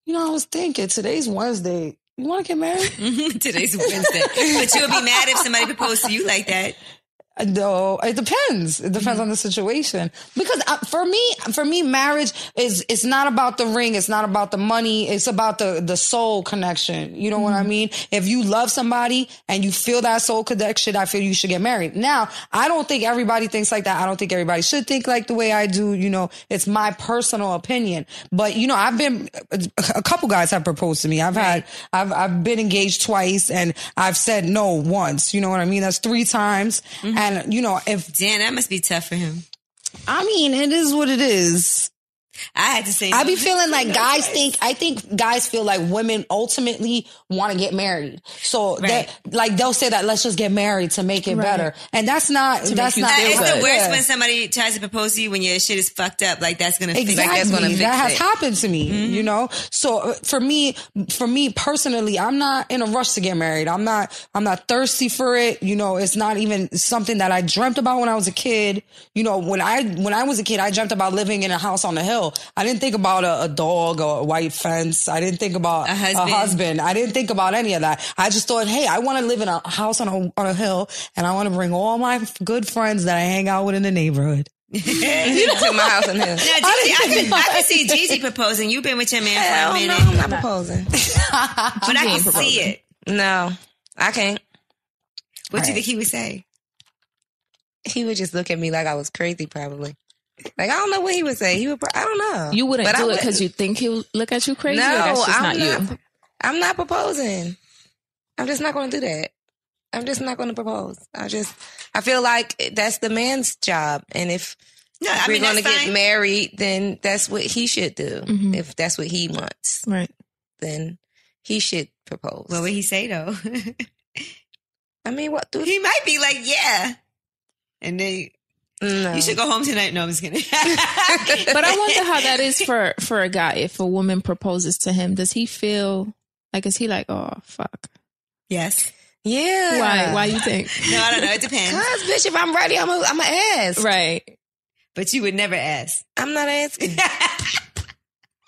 Speaker 4: you know, I was thinking today's Wednesday. You want to get married?
Speaker 3: Today's Wednesday. but you would be mad if somebody proposed to you like that.
Speaker 4: Uh, No, it depends. It depends on the situation. Because uh, for me, for me, marriage is it's not about the ring. It's not about the money. It's about the the soul connection. You know what I mean? If you love somebody and you feel that soul connection, I feel you should get married. Now, I don't think everybody thinks like that. I don't think everybody should think like the way I do. You know, it's my personal opinion. But you know, I've been a couple guys have proposed to me. I've had I've I've been engaged twice and I've said no once. You know what I mean? That's three times.
Speaker 6: Mm-hmm.
Speaker 4: And you know, if
Speaker 3: Dan, that must be tough for him.
Speaker 4: I mean, it is what it is.
Speaker 3: I had to say,
Speaker 4: I be feeling like guys think I think guys feel like women ultimately want to get married. So
Speaker 3: Right.
Speaker 4: that like they'll say that let's just get married to make it better. And that's not that's
Speaker 6: you
Speaker 4: not
Speaker 6: feel
Speaker 3: it's
Speaker 6: good.
Speaker 3: the worst
Speaker 4: Yeah.
Speaker 3: when somebody tries to propose to you when your shit is fucked up. Like that's gonna fix
Speaker 4: Exactly.
Speaker 5: that's gonna fix
Speaker 4: that has
Speaker 5: it. Mm-hmm.
Speaker 4: happened to me, you know? So uh, for me, for me personally, I'm not in a rush to get married. I'm not, I'm not thirsty for it. You know, it's not even something that I dreamt about when I was a kid. You know, when I, when I was a kid, I dreamt about living in a house on a hill. I didn't think about a, a dog or a white fence. I didn't think about
Speaker 3: A husband.
Speaker 4: husband. I didn't think about any of that. I just thought, hey, I want to live in a house on a, on a hill and I want to bring all my f- good friends that I hang out with in the neighborhood.
Speaker 5: to my house and
Speaker 3: Now,
Speaker 5: him.
Speaker 3: Gigi, I, can, I can see Gigi proposing. You've been with your man for a minute,
Speaker 5: proposing.
Speaker 3: but I can see it.
Speaker 5: No. I can't.
Speaker 3: What do you
Speaker 5: Right.
Speaker 3: think he would say?
Speaker 5: He would just look at me like I was crazy, probably. Like I don't know what he would say. He would. pro- I don't know.
Speaker 6: You wouldn't
Speaker 5: But I
Speaker 6: do it
Speaker 5: wouldn't.
Speaker 6: because you think he'll look at you crazy.
Speaker 5: No,
Speaker 6: or that's just
Speaker 5: I'm
Speaker 6: not, you.
Speaker 5: I'm not proposing. I'm just not going to do that. I'm just not going to propose. I just, I feel like that's the man's job. And if
Speaker 3: No, I
Speaker 5: we're
Speaker 3: mean
Speaker 5: going
Speaker 3: that's
Speaker 5: to get
Speaker 3: fine.
Speaker 5: married, then that's what he should do.
Speaker 6: Mhm.
Speaker 5: If that's what he wants,
Speaker 6: Right.
Speaker 5: then he should propose.
Speaker 3: What would he say though? he
Speaker 5: I mean, what do
Speaker 3: might be like, yeah, and then
Speaker 5: No.
Speaker 3: you should go home tonight. No, I'm just kidding.
Speaker 6: But I wonder how that is for for a guy. If a woman proposes to him, does he feel like is he like, oh fuck?
Speaker 3: Yes.
Speaker 5: Yeah.
Speaker 6: Why? Why you think?
Speaker 3: No, I don't know. It depends.
Speaker 5: Cause bitch, if I'm ready, I'm a, I'm a ask.
Speaker 6: right.
Speaker 3: But you would never ask.
Speaker 5: I'm not asking.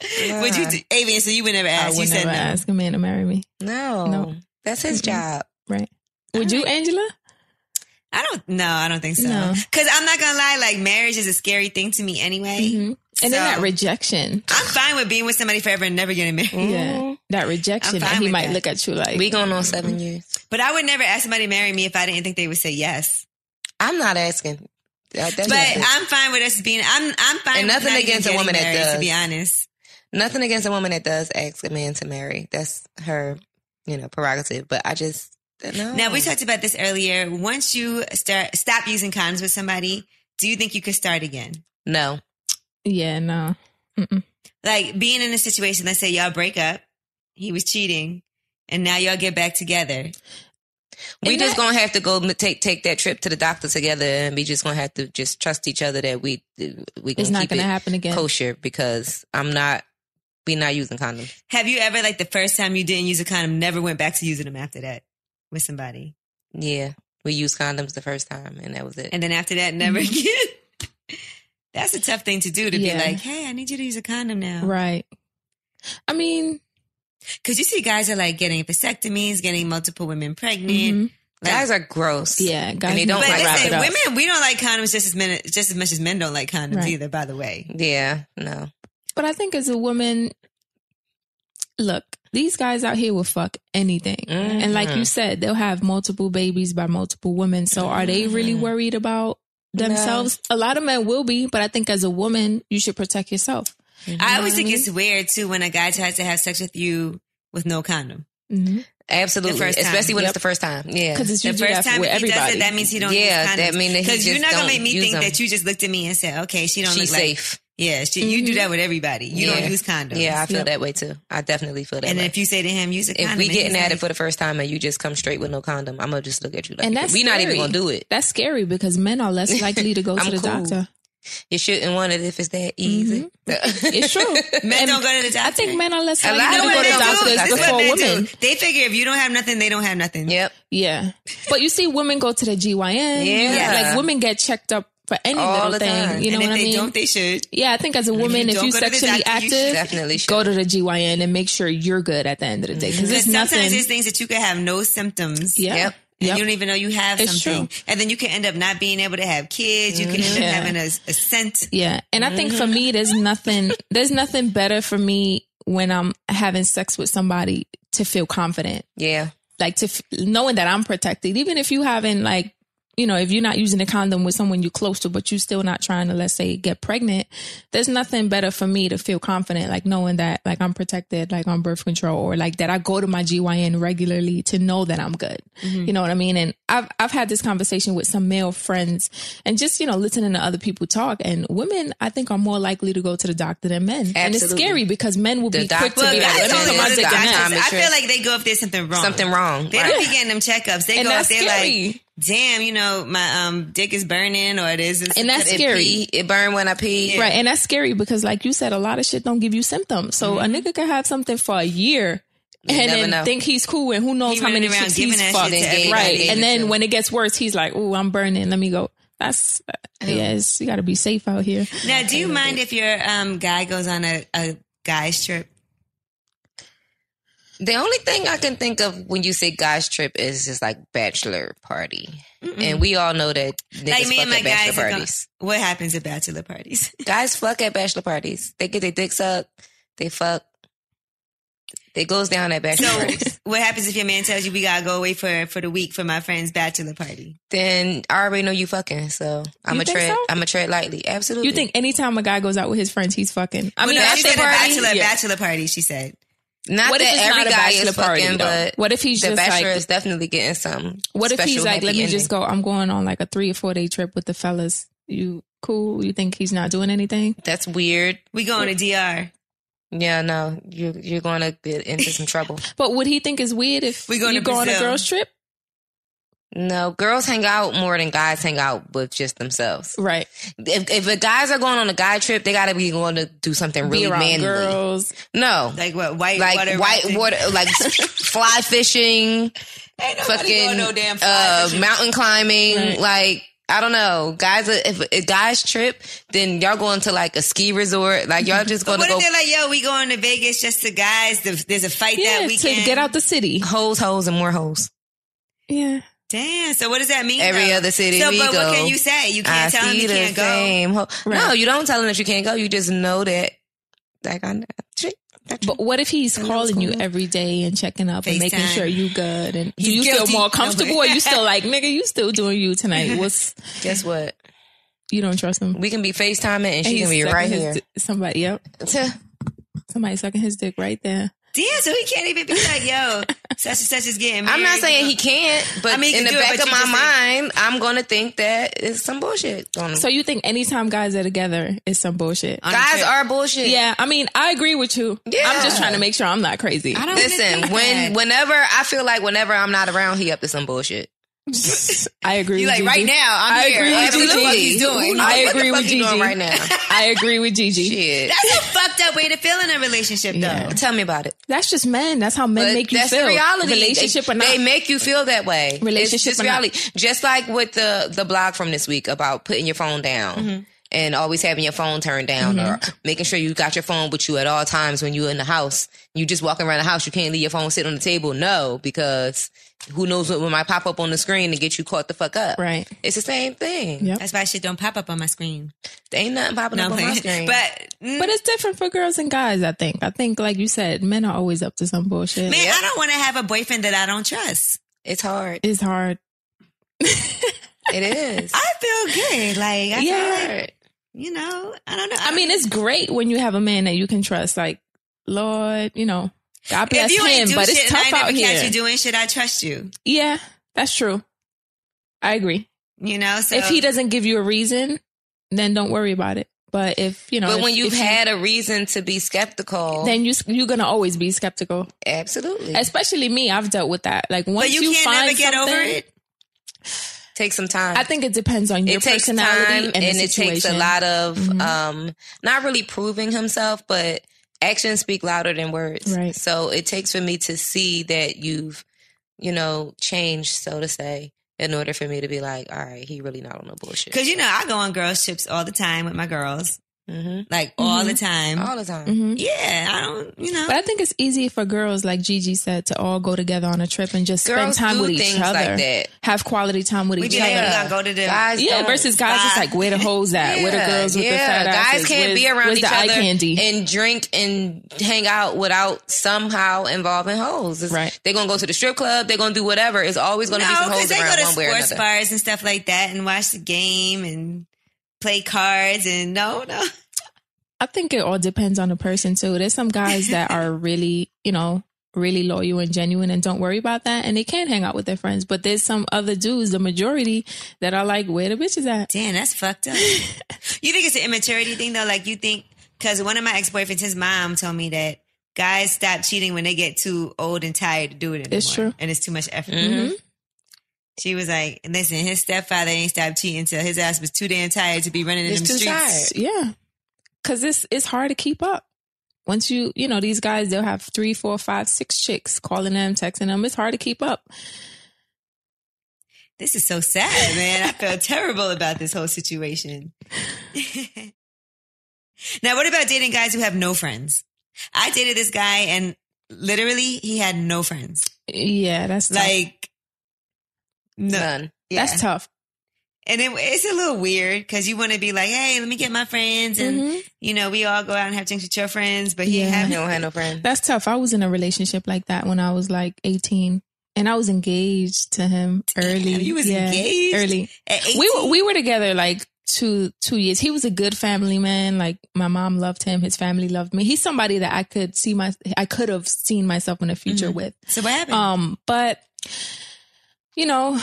Speaker 3: Would you, do, Avian? So you would never
Speaker 6: I
Speaker 3: ask. you
Speaker 6: would
Speaker 3: said
Speaker 6: never
Speaker 3: no.
Speaker 6: ask a man to marry me.
Speaker 5: No.
Speaker 6: No. Mm-hmm.
Speaker 5: That's his
Speaker 6: Mm-mm.
Speaker 5: job.
Speaker 6: Right. Would you, Angela?
Speaker 3: I don't. No, I don't think so.
Speaker 6: No.
Speaker 3: Because I'm not gonna lie. Like marriage is a scary thing to me anyway.
Speaker 6: And then that
Speaker 3: So-
Speaker 6: rejection.
Speaker 3: I'm fine with being with somebody forever and never getting
Speaker 6: Mm.
Speaker 3: married.
Speaker 6: Yeah. That
Speaker 3: Mm-hmm.
Speaker 6: rejection
Speaker 3: I'm
Speaker 6: that
Speaker 3: fine
Speaker 6: he
Speaker 3: with
Speaker 6: might
Speaker 3: that.
Speaker 6: look at you like
Speaker 5: We going on seven
Speaker 6: Mm-hmm.
Speaker 5: years.
Speaker 3: But I would never ask somebody to marry me if I didn't think they would say yes.
Speaker 5: I'm not asking. That- that's
Speaker 3: But
Speaker 5: nothing.
Speaker 3: I'm fine with us being. I'm. I'm fine.
Speaker 5: And
Speaker 3: with
Speaker 5: nothing
Speaker 3: not even
Speaker 5: against a
Speaker 3: getting
Speaker 5: woman that
Speaker 3: married, To
Speaker 5: does.
Speaker 3: be honest.
Speaker 5: nothing against a woman that does ask a man to marry. That's her, you know, prerogative. But I just no.
Speaker 3: Now
Speaker 6: Mm.
Speaker 3: we talked about this earlier. Once you start stop using condoms with somebody, do you think you could start again?
Speaker 5: no.
Speaker 6: Yeah, no. Mm-mm.
Speaker 3: Like being in a situation. Let's say y'all break up. He was cheating, and now y'all get back together.
Speaker 5: We
Speaker 6: And
Speaker 5: just
Speaker 6: that-
Speaker 5: gonna have to go m- take take that trip to the doctor together, and we just gonna have to just trust each other that we we can
Speaker 6: It's not
Speaker 5: keep
Speaker 6: gonna
Speaker 5: it
Speaker 6: happen again.
Speaker 5: kosher because I'm not. We not using condoms.
Speaker 3: Have you ever like the first time you didn't use a condom, never went back to using them after that with somebody,
Speaker 5: Yeah, we used condoms the first time, and that was it.
Speaker 3: and then after that, never again? That's a tough thing to do to
Speaker 6: Mm-hmm. Yeah.
Speaker 3: be like, hey, I need you to use a condom now.
Speaker 6: Right. I mean,
Speaker 3: Because you see, guys are like getting vasectomies, getting multiple women pregnant.
Speaker 6: mhm.
Speaker 3: Like-
Speaker 5: guys are gross.
Speaker 6: yeah, guys.
Speaker 5: they don't
Speaker 3: But
Speaker 6: need to
Speaker 5: like
Speaker 6: wrap
Speaker 3: listen,
Speaker 6: it up.
Speaker 3: women, we don't like condoms just as men, just as much as men don't like condoms
Speaker 6: Right.
Speaker 3: either. By the way,
Speaker 5: yeah, no.
Speaker 6: But I think as a woman, look, these guys out here will fuck anything. And like
Speaker 3: Mm-hmm.
Speaker 6: you said, they'll have multiple babies by multiple women. So are they really
Speaker 3: Mm-hmm.
Speaker 6: worried about themselves? A lot of men will be, but I think as a woman, you should protect yourself.
Speaker 3: I always think it's weird too when a guy tries to have sex with you with no condom.
Speaker 5: Absolutely,
Speaker 3: The first time.
Speaker 5: especially when
Speaker 6: Yep.
Speaker 5: it's the first time. Yeah,
Speaker 6: Because it's
Speaker 3: Mm-hmm. The
Speaker 6: usually
Speaker 3: first
Speaker 6: that
Speaker 3: time
Speaker 6: with
Speaker 3: if he
Speaker 6: everybody.
Speaker 3: does it, that means he don't.
Speaker 5: Yeah,
Speaker 3: use condoms.
Speaker 5: that mean that he
Speaker 3: because you're
Speaker 5: just
Speaker 3: not gonna
Speaker 5: don't
Speaker 3: make me
Speaker 5: use
Speaker 3: think
Speaker 5: them.
Speaker 3: that you just looked at me and said, "Okay, she don't
Speaker 5: she's
Speaker 3: look like."
Speaker 5: safe.
Speaker 3: Yeah, she, you do
Speaker 6: Mm-hmm.
Speaker 3: that with everybody. You
Speaker 5: Yeah.
Speaker 3: don't use condoms.
Speaker 5: Yeah, I feel
Speaker 6: Yep.
Speaker 5: that way too. I definitely feel that.
Speaker 3: and
Speaker 5: way.
Speaker 3: if you say to him, "Use a condom,"
Speaker 5: if we
Speaker 3: and
Speaker 5: getting
Speaker 3: he's
Speaker 5: at it
Speaker 3: like,
Speaker 5: for the first time and you just come straight with no condom, I'm gonna just look at you like
Speaker 6: And that's
Speaker 5: we not even
Speaker 6: scary.
Speaker 5: gonna do it.
Speaker 6: That's scary because men are less likely to go to
Speaker 5: I'm
Speaker 6: the
Speaker 5: cool.
Speaker 6: doctor.
Speaker 5: You shouldn't want it if it's that
Speaker 6: Mm-hmm.
Speaker 5: easy.
Speaker 6: It's true.
Speaker 3: Men
Speaker 6: And
Speaker 3: don't go to the doctor.
Speaker 6: I think men are less
Speaker 5: A
Speaker 6: likely
Speaker 5: lot
Speaker 6: to
Speaker 5: of
Speaker 6: go to
Speaker 5: women do.
Speaker 6: doctors
Speaker 3: This
Speaker 5: That's
Speaker 3: is
Speaker 6: before
Speaker 3: what men
Speaker 6: women.
Speaker 3: do. They figure if you don't have nothing, they don't have nothing.
Speaker 5: yep.
Speaker 6: Yeah. But you see, women go to the GYN.
Speaker 5: Yeah.
Speaker 6: Like women get checked up for any
Speaker 5: All
Speaker 6: little
Speaker 5: the
Speaker 6: thing.
Speaker 5: time.
Speaker 6: You know
Speaker 3: and if
Speaker 6: what I
Speaker 3: they
Speaker 6: mean?
Speaker 3: don't, they should.
Speaker 6: yeah, I think as a woman, if
Speaker 3: don't
Speaker 6: you
Speaker 3: go to the
Speaker 6: sexually
Speaker 3: doctor, you should
Speaker 6: active,
Speaker 5: Definitely should.
Speaker 6: go to the GYN and make sure you're good at the end of the day. Because
Speaker 3: Mm-hmm. Because
Speaker 6: it's
Speaker 3: sometimes
Speaker 6: nothing.
Speaker 3: there's things that you could have no symptoms.
Speaker 6: yeah.
Speaker 5: Yep.
Speaker 3: And
Speaker 6: Yep.
Speaker 3: you don't even know you have
Speaker 6: It's
Speaker 3: something. And then you can end up not being able to have kids. You can end
Speaker 6: Yeah.
Speaker 3: up having a, a scent.
Speaker 6: Yeah. And I think for
Speaker 3: Mm-hmm.
Speaker 6: me, there's nothing, there's nothing better for me when I'm having sex with somebody to feel confident.
Speaker 5: Yeah.
Speaker 6: like to f- knowing that I'm protected, even if you haven't like, you know, if you're not using a condom with someone you're close to, but you're still not trying to, let's say, get pregnant, there's nothing better for me to feel confident, like knowing that, like I'm protected, like on birth control, or like that I go to my GYN regularly to know that I'm good. You know what I mean? And I've I've had this conversation with some male friends, and just you know, listening to other people talk, and women I think are more likely to go to the doctor than men, and it's
Speaker 5: Absolutely.
Speaker 6: scary because men will
Speaker 5: The
Speaker 6: be quick to
Speaker 5: doctor-
Speaker 6: be
Speaker 5: Well,
Speaker 6: like,
Speaker 3: Guys
Speaker 6: let me
Speaker 3: don't
Speaker 5: Women
Speaker 6: put
Speaker 3: go
Speaker 6: my
Speaker 3: to the
Speaker 6: dick in that.
Speaker 3: doctors. I feel
Speaker 5: Optometrist.
Speaker 3: like they go if there's something wrong.
Speaker 5: Something wrong.
Speaker 3: They
Speaker 5: Right.
Speaker 3: don't be getting them checkups. They
Speaker 6: And
Speaker 3: go if
Speaker 6: that's
Speaker 3: they're like,
Speaker 6: scary.
Speaker 3: damn, you know, my um dick is burning or it is.
Speaker 6: And that's
Speaker 5: It
Speaker 6: scary.
Speaker 5: pee- It burned when I pee.
Speaker 6: Right. And that's scary because like you said, a lot of shit don't give you symptoms. So
Speaker 3: Mm-hmm.
Speaker 6: a nigga could have something for a year and
Speaker 5: never
Speaker 6: then
Speaker 5: know.
Speaker 6: think he's cool and who knows
Speaker 3: He
Speaker 6: how many
Speaker 3: running around
Speaker 6: chicks
Speaker 3: giving
Speaker 6: he's
Speaker 3: that shit
Speaker 6: fucked.
Speaker 3: to
Speaker 5: everybody.
Speaker 6: right.
Speaker 5: Gave
Speaker 6: And
Speaker 5: it
Speaker 6: then
Speaker 5: to
Speaker 6: when it gets worse, he's like, Oh, I'm burning. Let me go. That's yes, you gotta be safe out here.
Speaker 3: Now, do you mind if your um guy goes on a, a guy's trip?
Speaker 5: The only thing I can think of when you say guys trip is just like bachelor party. And we all know that niggas
Speaker 3: Like me
Speaker 5: fuck
Speaker 3: and my
Speaker 5: at bachelor
Speaker 3: guys are going.
Speaker 5: parties.
Speaker 3: What happens at bachelor parties?
Speaker 5: guys fuck at bachelor parties. They get their dicks up. They fuck. It goes down at bachelor
Speaker 3: So
Speaker 5: parties.
Speaker 3: what happens if your man tells you we gotta go away for for the week for my friend's bachelor party?
Speaker 5: Then I already know you fucking. So I'm
Speaker 6: You
Speaker 5: a
Speaker 6: think
Speaker 5: tread.
Speaker 6: so?
Speaker 5: I'm a tread lightly. Absolutely.
Speaker 6: You think anytime a guy goes out with his friends, he's fucking? I
Speaker 3: I mean,
Speaker 6: mean,
Speaker 3: no, she
Speaker 6: after
Speaker 3: said a
Speaker 6: party,
Speaker 3: bachelor
Speaker 6: yeah.
Speaker 3: bachelor party. She said
Speaker 5: Not
Speaker 6: What if
Speaker 5: that
Speaker 6: it's
Speaker 5: every
Speaker 6: not a
Speaker 5: guy
Speaker 6: bachelor
Speaker 5: is
Speaker 6: party,
Speaker 5: fucking,
Speaker 6: though?
Speaker 5: but
Speaker 6: What if he's
Speaker 5: the
Speaker 6: just
Speaker 5: bachelor
Speaker 6: like-
Speaker 5: is definitely getting some.
Speaker 6: What if
Speaker 5: special
Speaker 6: he's like,
Speaker 5: happy
Speaker 6: let me
Speaker 5: ending.
Speaker 6: just go. I'm going on like a three or four day trip with the fellas. You cool? You think he's not doing anything?
Speaker 5: That's weird.
Speaker 3: we going to DR.
Speaker 5: Yeah, no, you're you're going to get into some trouble.
Speaker 6: But would he think it's weird if
Speaker 3: We going
Speaker 6: you
Speaker 3: to
Speaker 6: go on a
Speaker 3: Brazil.
Speaker 6: girls trip?
Speaker 5: No, girls hang out more than guys hang out with just themselves.
Speaker 6: Right.
Speaker 5: If if the guys are going on a guy trip, they got to be going to do something
Speaker 6: Be
Speaker 5: really
Speaker 6: around
Speaker 5: manly.
Speaker 6: girls.
Speaker 5: No,
Speaker 3: Like what? White
Speaker 5: like
Speaker 3: water.
Speaker 5: white
Speaker 3: rafting?
Speaker 5: water, like fly fishing,
Speaker 3: Ain't nobody
Speaker 5: fucking
Speaker 3: going no damn fly
Speaker 5: uh,
Speaker 3: fishing.
Speaker 5: mountain climbing,
Speaker 6: Right.
Speaker 5: like. I don't know, guys. are- If a guys trip, then y'all going to like a ski resort. Like y'all just going to
Speaker 3: What
Speaker 5: go
Speaker 3: if they're like, yo, we going to Vegas just to guys? The, there's a fight
Speaker 6: Yeah,
Speaker 3: that
Speaker 6: to
Speaker 3: weekend.
Speaker 6: get out the city.
Speaker 5: hoes, hoes, and more hoes.
Speaker 6: Yeah.
Speaker 3: Damn. So what does that mean?
Speaker 5: Every
Speaker 3: though?
Speaker 5: other city
Speaker 3: So,
Speaker 5: we
Speaker 3: but
Speaker 5: go,
Speaker 3: what can you say? You can't tell him you can't go.
Speaker 5: same. Ho- No,
Speaker 6: Right.
Speaker 5: you don't tell them that you can't go. You just know that that guy. That that-
Speaker 6: But what if he's
Speaker 5: I know what's
Speaker 6: calling you
Speaker 5: going on.
Speaker 6: every day and checking up and making
Speaker 3: FaceTime.
Speaker 6: sure you good? And do
Speaker 3: He's
Speaker 6: you
Speaker 3: guilty.
Speaker 6: feel more comfortable? or you still like, nigga, you still doing you tonight? What's
Speaker 5: Guess what?
Speaker 6: you don't trust him?
Speaker 5: We can be FaceTiming and she
Speaker 6: he's
Speaker 5: can be
Speaker 6: sucking
Speaker 5: right
Speaker 6: his
Speaker 5: here.
Speaker 6: di- somebody, yep. Somebody sucking his dick right there.
Speaker 3: Damn. So he can't even be like, yo, such and such is getting married.
Speaker 5: I'm not saying
Speaker 3: You
Speaker 5: he can't, but
Speaker 3: I mean, he
Speaker 5: in
Speaker 3: can do
Speaker 5: the
Speaker 3: it,
Speaker 5: back
Speaker 3: but
Speaker 5: of
Speaker 3: you
Speaker 5: my
Speaker 3: just say-
Speaker 5: mind, I'm gonna think that it's some bullshit. going on.
Speaker 6: So you think anytime guys are together is some bullshit?
Speaker 3: On a
Speaker 5: guys
Speaker 3: trip.
Speaker 5: are bullshit.
Speaker 6: yeah, I mean, I agree with you.
Speaker 5: Yeah.
Speaker 6: I'm just trying to make sure I'm not crazy.
Speaker 3: I don't even
Speaker 5: Listen,
Speaker 3: think
Speaker 5: when
Speaker 3: that.
Speaker 5: whenever I feel like whenever I'm not around, he up to some bullshit.
Speaker 6: I agree.
Speaker 3: You
Speaker 6: with
Speaker 3: like
Speaker 6: you,
Speaker 3: right
Speaker 6: Gigi.
Speaker 3: now? I'm
Speaker 6: I
Speaker 3: here.
Speaker 6: agree with you,
Speaker 3: Absolutely. What
Speaker 6: Gigi.
Speaker 3: he's doing?
Speaker 5: Who knows
Speaker 6: I
Speaker 5: what the
Speaker 6: agree
Speaker 5: fuck
Speaker 6: with
Speaker 5: he doing
Speaker 6: Gigi.
Speaker 5: right now.
Speaker 6: I agree with Gigi.
Speaker 5: Shit.
Speaker 3: That's a fucked up way to feel in a relationship, though.
Speaker 6: Yeah.
Speaker 5: Tell me about it.
Speaker 6: That's just men. That's how men
Speaker 5: But
Speaker 6: make you
Speaker 5: that's
Speaker 6: feel.
Speaker 5: the reality.
Speaker 6: Relationship
Speaker 5: they,
Speaker 6: or not.
Speaker 5: they make you feel that way. it's
Speaker 6: Relationship
Speaker 5: just
Speaker 6: or not.
Speaker 5: reality. Just like with the the blog from this week about putting your phone down.
Speaker 6: Mm-hmm.
Speaker 5: And always having your phone turned down, or making sure you got your phone with you at all times when you're in the house. You just walking around the house, you can't leave your phone sit on the table. No, because who knows what might pop up on the screen and get you caught the fuck up.
Speaker 6: Right.
Speaker 5: It's the same thing.
Speaker 6: Yep.
Speaker 3: That's why shit don't pop up on my screen.
Speaker 5: There ain't nothing popping up on my
Speaker 3: but mm,
Speaker 5: screen.
Speaker 6: But it's different for girls and guys, I think. I think, like you said, men are always up to some bullshit.
Speaker 3: man, I don't want to have a boyfriend that I don't trust.
Speaker 5: it's hard.
Speaker 6: It's hard.
Speaker 5: It is.
Speaker 3: I feel good. Like I
Speaker 6: Yeah.
Speaker 3: feel like you know, I don't know.
Speaker 6: I mean, it's great when you have a man that you can trust. Like, Lord, you know, God bless
Speaker 3: if you ain't
Speaker 6: him,
Speaker 3: do
Speaker 6: but
Speaker 3: shit
Speaker 6: it's
Speaker 3: and I
Speaker 6: tough
Speaker 3: ain't never
Speaker 6: out
Speaker 3: catch
Speaker 6: here.
Speaker 3: you doing shit, I trust you.
Speaker 6: yeah, that's true. I agree.
Speaker 3: You know, so
Speaker 6: if he doesn't give you a reason, then don't worry about it. But if, you know,
Speaker 5: but
Speaker 6: if-
Speaker 5: when you've
Speaker 6: if you-
Speaker 5: had a reason to be skeptical,
Speaker 6: then you you're gonna always be skeptical,
Speaker 5: absolutely
Speaker 6: especially me. I've dealt with that. Like once
Speaker 3: but you,
Speaker 6: you
Speaker 3: can't
Speaker 6: find
Speaker 3: never get
Speaker 6: something,
Speaker 3: over it.
Speaker 5: take some time.
Speaker 6: I think it depends on your
Speaker 5: it takes
Speaker 6: personality
Speaker 5: time
Speaker 6: and,
Speaker 5: and,
Speaker 6: the
Speaker 5: it
Speaker 6: situation. Mm-hmm.
Speaker 5: takes a lot of um not really proving himself but actions speak louder than words
Speaker 6: Right.
Speaker 5: so it takes for me to see that you've you know changed so to say in order for me to be like all right he really not on the bullshit
Speaker 3: Cause you know, I go on girls trips all the time with my girls,
Speaker 5: hmm
Speaker 3: like
Speaker 6: Mm-hmm.
Speaker 3: all the time.
Speaker 5: all the time
Speaker 6: Mhm.
Speaker 3: yeah, I don't, you know.
Speaker 6: But I think it's easy for girls, like Gigi said, to all go together on a trip and just spend
Speaker 5: Girls
Speaker 6: time
Speaker 5: do
Speaker 6: with each
Speaker 5: things
Speaker 6: other,
Speaker 5: like that.
Speaker 6: have quality time with
Speaker 3: we
Speaker 6: each
Speaker 3: be like,
Speaker 6: other.
Speaker 3: we gotta
Speaker 5: yeah.
Speaker 3: go to the
Speaker 5: Guys
Speaker 6: Yeah,
Speaker 5: don't.
Speaker 6: versus guys, it's
Speaker 3: Bye.
Speaker 6: like where the hoes at, where the girls with the fat
Speaker 5: guys
Speaker 6: asses,
Speaker 5: can't
Speaker 6: where's-
Speaker 5: be around
Speaker 6: where's
Speaker 5: each
Speaker 6: the
Speaker 5: other
Speaker 6: eye candy.
Speaker 5: and drink and hang out without somehow involving hoes. It's-
Speaker 6: Right.
Speaker 5: They're gonna go to the strip club. They're gonna do whatever. It's always gonna be
Speaker 3: no,
Speaker 5: some
Speaker 3: because
Speaker 5: hoes
Speaker 3: they go
Speaker 5: around
Speaker 3: to
Speaker 5: one way or
Speaker 3: sports
Speaker 5: another.
Speaker 3: bars and stuff like that and watch the game and play cards and no, no.
Speaker 6: I think it all depends on the person too. There's some guys that are really, you know, really loyal and genuine and don't worry about that, and they can hang out with their friends. But there's some other dudes, the majority, that are like, where the bitches at?
Speaker 3: Damn, that's fucked up. you think it's an immaturity thing though? Like you think because one of my ex boyfriends, his mom told me that guys stop cheating when they get too old and tired to do it anymore.
Speaker 6: It's true.
Speaker 3: and it's too much effort.
Speaker 5: Mhm.
Speaker 3: She was like, "Listen, his stepfather ain't stopped cheating until his ass was too damn tired to be running in
Speaker 5: He's
Speaker 3: them
Speaker 5: too
Speaker 3: streets."
Speaker 5: tired.
Speaker 6: Yeah, because it's it's hard to keep up. Once you, you know, these guys, they'll have three, four, five, six chicks calling them, texting them. It's hard to keep up.
Speaker 3: This is so sad, man. I feel terrible about this whole situation. now, what about dating guys who have no friends? I dated this guy and literally he had no friends.
Speaker 6: Yeah, that's tough.
Speaker 3: Like, no.
Speaker 5: None.
Speaker 3: Yeah.
Speaker 6: That's tough.
Speaker 5: And it, it's a little weird because you want to be like, hey, let me get my friends. And, you know, we all go out and have drinks with your friends, but he
Speaker 6: Mm-hmm. Yeah.
Speaker 5: have
Speaker 7: You don't have no friends.
Speaker 6: That's tough. I was in a relationship like that when I was like 18 and I was engaged to him early.
Speaker 5: you was engaged?
Speaker 6: Early.
Speaker 5: At
Speaker 6: We were,
Speaker 5: 18?
Speaker 6: we were together like two, two years. He was a good family man. Like my mom loved him. His family loved me. He's somebody that I could see my, I could have seen myself in the future with.
Speaker 5: So what happened?
Speaker 6: Um, but you know,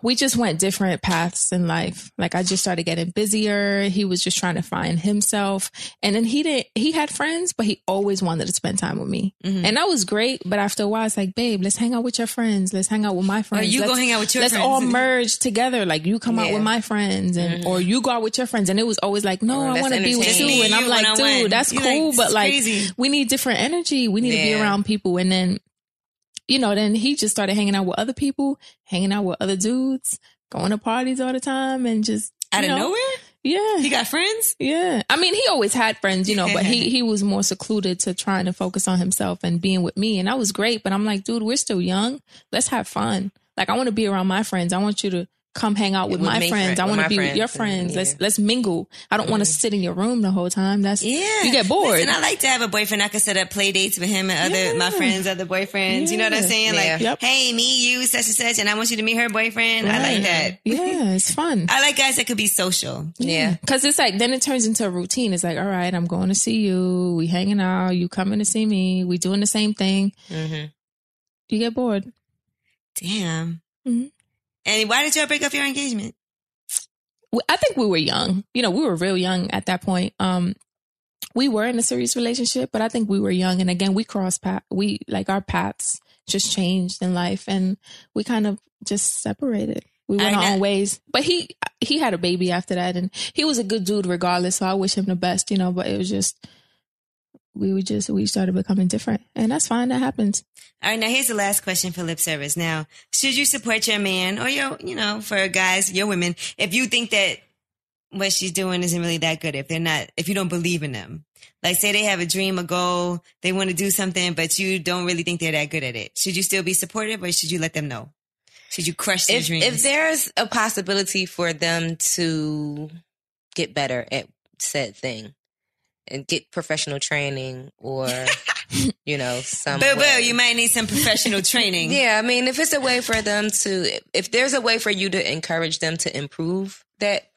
Speaker 6: we just went different paths in life. Like I just started getting busier. He was just trying to find himself. And then he didn't he had friends, but he always wanted to spend time with me.
Speaker 5: Mm-hmm.
Speaker 6: And that was great, but after a while it's like, babe, let's hang out with your friends. Let's hang out with my friends.
Speaker 5: you go
Speaker 6: let's,
Speaker 5: hang out with your
Speaker 6: let's
Speaker 5: friends." Mm-hmm.
Speaker 6: all merge together. Like you come out
Speaker 7: Yeah.
Speaker 6: with my friends and or you go out with your friends. And it was always like, No,
Speaker 7: Oh,
Speaker 6: I
Speaker 7: that's
Speaker 6: wanna be with
Speaker 7: entertaining.
Speaker 6: you. And I'm
Speaker 5: You
Speaker 6: like,
Speaker 5: one-on-one.
Speaker 6: dude, that's
Speaker 5: You like,
Speaker 6: cool. but
Speaker 5: it's
Speaker 6: like
Speaker 5: crazy.
Speaker 6: we need different energy. We need to be
Speaker 7: Yeah.
Speaker 6: around people. And then you know, then he just started hanging out with other people, hanging out with other dudes, going to parties all the time, and just you
Speaker 5: out of
Speaker 6: know,
Speaker 5: nowhere?
Speaker 6: Yeah,
Speaker 5: He got friends?
Speaker 6: yeah. I mean, he always had friends, you know, but he he was more secluded to trying to focus on himself and being with me, and that was great. But I'm like, dude, we're still young. Let's have fun. Like, I want to be around my friends. I want you to come hang out with,
Speaker 7: With
Speaker 6: my
Speaker 7: me
Speaker 6: friends.
Speaker 7: friend-
Speaker 6: I
Speaker 7: with
Speaker 6: want
Speaker 7: my
Speaker 6: to be with your
Speaker 7: friends, and-
Speaker 6: friends. Let's
Speaker 7: yeah.
Speaker 6: let's mingle. I don't want to sit in your room the whole time. That's
Speaker 5: Yeah.
Speaker 6: You get bored.
Speaker 5: And I like to have a boyfriend. I could set up play dates with him and other, my
Speaker 6: Yeah.
Speaker 5: friends, other boyfriends. You know what I'm
Speaker 6: Yeah.
Speaker 5: saying? Like,
Speaker 6: Yeah. Yep.
Speaker 5: hey, me, you, such and such. And I want you to meet her boyfriend. I like that.
Speaker 6: yeah, it's fun.
Speaker 5: I like guys that could be social.
Speaker 7: Yeah.
Speaker 6: Cause it's like then it turns into a routine. It's like, all right, I'm going to see you. We hanging out. You coming to see me. We doing the same thing.
Speaker 7: Mm-hmm.
Speaker 6: You get bored.
Speaker 5: Damn.
Speaker 6: Mhm.
Speaker 5: And why did y'all break up your engagement?
Speaker 6: We- I think we were young. You know, we were real young at that point. Um, we were in a serious relationship, but I think we were young. And again, we crossed path. We like our paths just changed in life, and we kind of just separated. We went
Speaker 5: I
Speaker 6: our
Speaker 5: know.
Speaker 6: own ways. But he he had a baby after that, and he was a good dude regardless. So I wish him the best, you know. But it was just we were just we started becoming different, and that's fine. That happens.
Speaker 5: All right, now here's the last question for lip service. Now, should you support your man or your, you know, for guys, your women, if you think that what she's doing isn't really that good, if they're not, if you don't believe in them, like say they have a dream, a goal, they want to do something, but you don't really think they're that good at it, should you still be supportive or should you let them know? Should you crush their
Speaker 7: If
Speaker 5: dreams?
Speaker 7: if there's a possibility for them to get better at said thing and get professional training or you know some
Speaker 5: boo boo,
Speaker 7: way-
Speaker 5: you might need some professional training.
Speaker 7: Yeah, I mean, if it's a way for them to, if there's a way for you to encourage them to improve that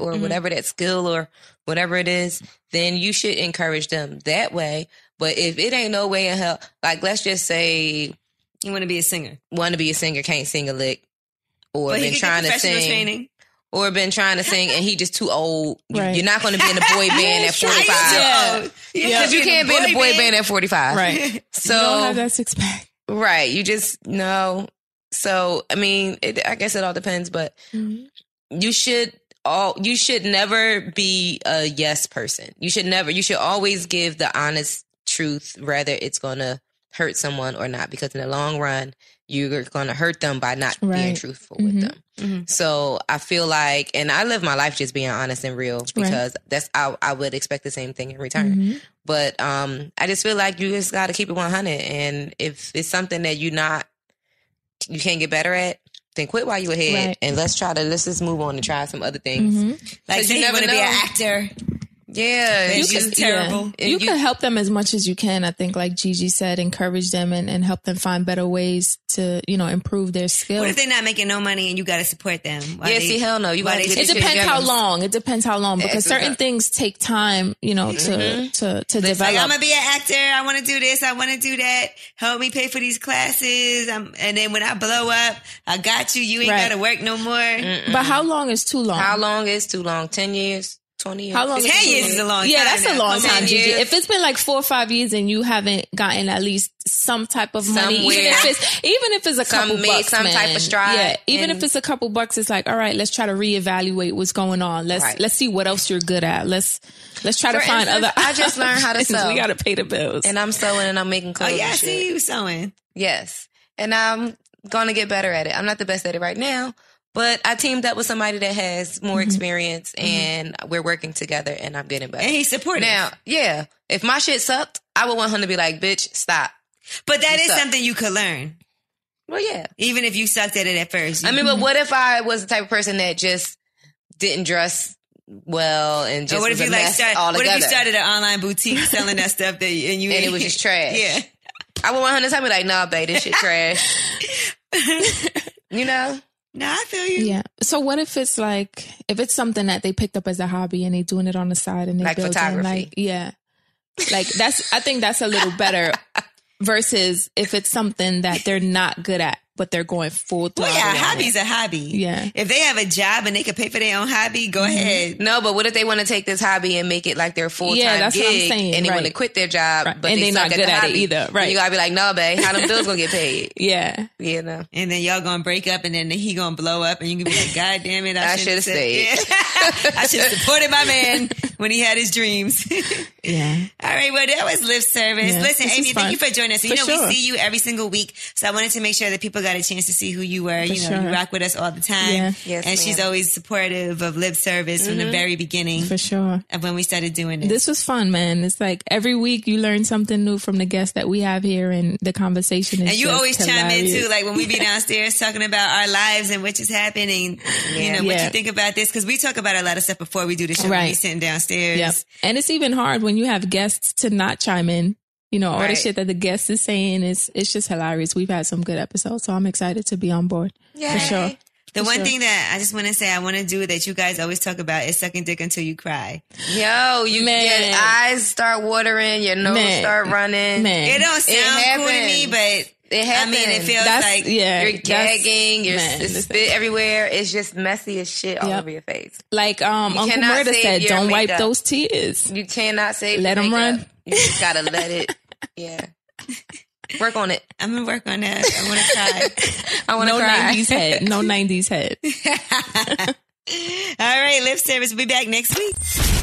Speaker 6: Right.
Speaker 7: or
Speaker 5: Mhm.
Speaker 7: whatever that skill or whatever it is, then you should encourage them that way. But if it ain't no way in hell, like let's just say,
Speaker 5: You want to be a singer.
Speaker 7: want to be a singer, can't sing a lick, or
Speaker 5: But he
Speaker 7: been
Speaker 5: could get
Speaker 7: trying to
Speaker 5: professional
Speaker 7: sing,
Speaker 5: training.
Speaker 7: or been trying to sing, and he just too old. You-
Speaker 6: Right.
Speaker 7: You're not going to be in a boy band at 45
Speaker 5: Yeah.
Speaker 7: because you can't be in a boy band at 45.
Speaker 6: Right.
Speaker 7: So
Speaker 6: you don't have that six pack.
Speaker 7: Right. You just know. So I mean, it, I guess it all depends, but you should all you should never be a yes person. You should never. You should always give the honest truth, whether it's gonna hurt someone or not, because in the long run, you're gonna hurt them by not being
Speaker 6: Right.
Speaker 7: truthful
Speaker 6: Mhm.
Speaker 7: with them. So I feel like, and I live my life just being honest and real because that's I, I would expect the same thing in return.
Speaker 6: Mhm.
Speaker 7: But um, I just feel like you just got to keep it 100. And if it's something that you not, you can't get better at, then quit while you ahead.
Speaker 6: Right. Mm-hmm.
Speaker 7: And let's try to, let's just move on and try some other things.
Speaker 5: Like,
Speaker 7: 'Cause
Speaker 5: say
Speaker 7: you
Speaker 5: you
Speaker 7: never
Speaker 5: want to be
Speaker 7: know.
Speaker 5: an actor. You
Speaker 7: Yeah. You
Speaker 5: could-
Speaker 7: just,
Speaker 5: yeah. terrible.
Speaker 7: If
Speaker 6: You,
Speaker 7: you-
Speaker 6: can help them as much as you can. I think, like Gigi said, encourage them and, and help them find better ways to, you know, improve their skills.
Speaker 5: What if they're not making no money and you got to support them? while
Speaker 7: yeah,
Speaker 5: they-
Speaker 7: see, hell no. You
Speaker 5: why
Speaker 7: got to
Speaker 5: they-
Speaker 6: it
Speaker 7: get your shit
Speaker 6: depends how
Speaker 7: together.
Speaker 6: long. It depends how long because
Speaker 7: it's
Speaker 6: certain
Speaker 7: not-
Speaker 6: things take time, you know, to to to
Speaker 5: Like, I'm
Speaker 6: develop.
Speaker 5: gonna be an actor. I want to do this. I want to do that. Help me pay for these classes. i and then when I blow up, I got you. You ain't
Speaker 6: Right.
Speaker 5: gotta work no more.
Speaker 6: but how long is too long?
Speaker 7: How long is too long? 10 years? 20 years?
Speaker 6: How long?
Speaker 5: Ten
Speaker 6: too
Speaker 5: years is a long
Speaker 6: Yeah,
Speaker 5: time
Speaker 6: that's a
Speaker 5: now.
Speaker 6: long
Speaker 5: Come
Speaker 6: time,
Speaker 5: on.
Speaker 6: Gigi.
Speaker 7: years.
Speaker 6: If it's been like four or five years and you haven't gotten at least some type of money, even
Speaker 7: Somewhere.
Speaker 6: if it's even if it's a
Speaker 7: Some
Speaker 6: couple
Speaker 7: mid-
Speaker 6: bucks,
Speaker 7: some
Speaker 6: man.
Speaker 7: type of stride
Speaker 6: Yeah, even
Speaker 7: and-
Speaker 6: if it's a couple bucks, it's like, all right, let's try to reevaluate what's going on. Let's
Speaker 7: Right.
Speaker 6: let's see what else you're good at. Let's let's try
Speaker 7: For
Speaker 6: to find
Speaker 7: instance,
Speaker 6: other.
Speaker 7: I just learned how to
Speaker 6: options.
Speaker 7: sew.
Speaker 6: We got to pay the bills.
Speaker 7: And I'm sewing and I'm making
Speaker 5: Oh
Speaker 7: clothes.
Speaker 5: yeah, I
Speaker 7: and shit.
Speaker 5: see you sewing.
Speaker 7: Yes. And I'm going to get better at it. I'm not the best at it right now, but I teamed up with somebody that has
Speaker 5: Mm-hmm.
Speaker 7: more experience and we're working together and I'm getting better.
Speaker 5: And he's supportive.
Speaker 7: now, yeah, if my shit sucked, I would want him to be like, bitch, stop.
Speaker 5: but that
Speaker 7: you
Speaker 5: is
Speaker 7: suck.
Speaker 5: something you could learn.
Speaker 7: Well, yeah.
Speaker 5: Even if you sucked at it at first.
Speaker 7: I mean, but what if I was the type of person that just didn't dress well and just
Speaker 5: or what if
Speaker 7: was
Speaker 5: you
Speaker 7: a
Speaker 5: like
Speaker 7: mess
Speaker 5: start, what if you
Speaker 7: altogether?
Speaker 5: started an online boutique selling that stuff that and you
Speaker 7: And it was just trash.
Speaker 5: Yeah.
Speaker 7: I would 100 time be like, nah, babe, this shit trash. you know?
Speaker 5: No, I feel you.
Speaker 6: Yeah. So what if it's like if it's something that they picked up as a hobby and they doing it on the side and they
Speaker 7: Like
Speaker 6: building,
Speaker 7: photography.
Speaker 6: like yeah, like that's I think that's a little better versus if it's something that they're not good at but they're going full
Speaker 5: Well,
Speaker 6: throttle.
Speaker 5: yeah,
Speaker 6: at it.
Speaker 5: hobby's a hobby.
Speaker 6: Yeah.
Speaker 5: If they have a job and they can pay for their own hobby,
Speaker 7: Mm-hmm.
Speaker 5: go ahead.
Speaker 7: No, but what if they want to take this hobby and make it like their full time
Speaker 6: Yeah, that's
Speaker 7: gig
Speaker 6: what I'm saying,
Speaker 7: and they
Speaker 6: right.
Speaker 7: want to quit their job,
Speaker 6: Right.
Speaker 7: but
Speaker 6: And
Speaker 7: they
Speaker 6: they
Speaker 7: suck
Speaker 6: not
Speaker 7: at
Speaker 6: good
Speaker 7: the
Speaker 6: at it
Speaker 7: hobby.
Speaker 6: either,
Speaker 7: Then
Speaker 6: right.
Speaker 7: You gotta be like, no, babe, how them bills gonna get paid?
Speaker 6: Yeah.
Speaker 7: You know,
Speaker 5: And then y'all gonna break up, and then he gonna blow up, and you gonna be like, "God damn it, I,
Speaker 7: I
Speaker 5: should have
Speaker 7: shoulda
Speaker 5: I should have supported my man when he had his dreams."
Speaker 6: Yeah.
Speaker 5: All right, well, that was lip service.
Speaker 6: Yeah,
Speaker 5: Listen,
Speaker 6: this is
Speaker 5: Amy,
Speaker 6: fun.
Speaker 5: thank you for joining us. So, you know,
Speaker 6: For sure.
Speaker 5: we see you every single week, so I wanted to make sure that people got a chance to see who you were. you know, you
Speaker 6: sure.
Speaker 5: rock with us all the time,
Speaker 6: Yeah. Mm-hmm.
Speaker 7: Yes,
Speaker 5: and she's
Speaker 7: ma'am.
Speaker 5: always supportive of lip service from the very beginning
Speaker 6: For sure.
Speaker 5: of when we started doing this.
Speaker 6: This was fun, man. It's like every week you learn something new from the guests that we have here, and the conversation is.
Speaker 5: And you
Speaker 6: just
Speaker 5: always chime in
Speaker 6: hilarious.
Speaker 5: too, like when we be downstairs talking about our lives and what is happening. You know, what
Speaker 6: Yeah.
Speaker 5: you think about this because we talk about a lot of stuff before we do the show. When we
Speaker 6: Right.
Speaker 5: sitting downstairs.
Speaker 6: Yep. And it's even hard when you have guests to not chime in. You know, all the
Speaker 7: Right.
Speaker 6: shit that the guest is saying is it's just hilarious. We've had some good episodes, so I'm excited to be on board. For sure.
Speaker 5: The
Speaker 6: For
Speaker 5: one
Speaker 6: sure.
Speaker 5: thing that I just want to say I want to do that you guys always talk about is sucking dick until you cry.
Speaker 7: Yo, you
Speaker 6: Man.
Speaker 7: your eyes start watering, your nose
Speaker 6: Man.
Speaker 7: start running.
Speaker 6: Man.
Speaker 5: It don't sound cool to me,
Speaker 7: happens.
Speaker 5: but
Speaker 7: It
Speaker 5: I
Speaker 7: happens.
Speaker 5: mean, it feels
Speaker 6: That's-
Speaker 5: like
Speaker 6: yeah.
Speaker 7: you're
Speaker 6: that's-
Speaker 7: gagging, you're
Speaker 6: man,
Speaker 7: it's
Speaker 6: listen.
Speaker 7: spit everywhere. It's just messy as shit all
Speaker 6: Yep.
Speaker 7: over your face.
Speaker 6: Like um
Speaker 7: You
Speaker 6: Uncle
Speaker 7: cannot
Speaker 6: Murda
Speaker 7: save
Speaker 6: said,
Speaker 7: your
Speaker 6: don't wipe
Speaker 7: makeup.
Speaker 6: those tears.
Speaker 7: You cannot save.
Speaker 6: Let
Speaker 7: your
Speaker 6: 'em
Speaker 7: makeup.
Speaker 6: run.
Speaker 7: You just gotta let it. Yeah, work on it.
Speaker 5: I'm gonna work on that. I want to try.
Speaker 7: I want to
Speaker 6: No
Speaker 7: cry.
Speaker 6: nineties head. No nineties head.
Speaker 5: All right, lip service. We'll be back next week.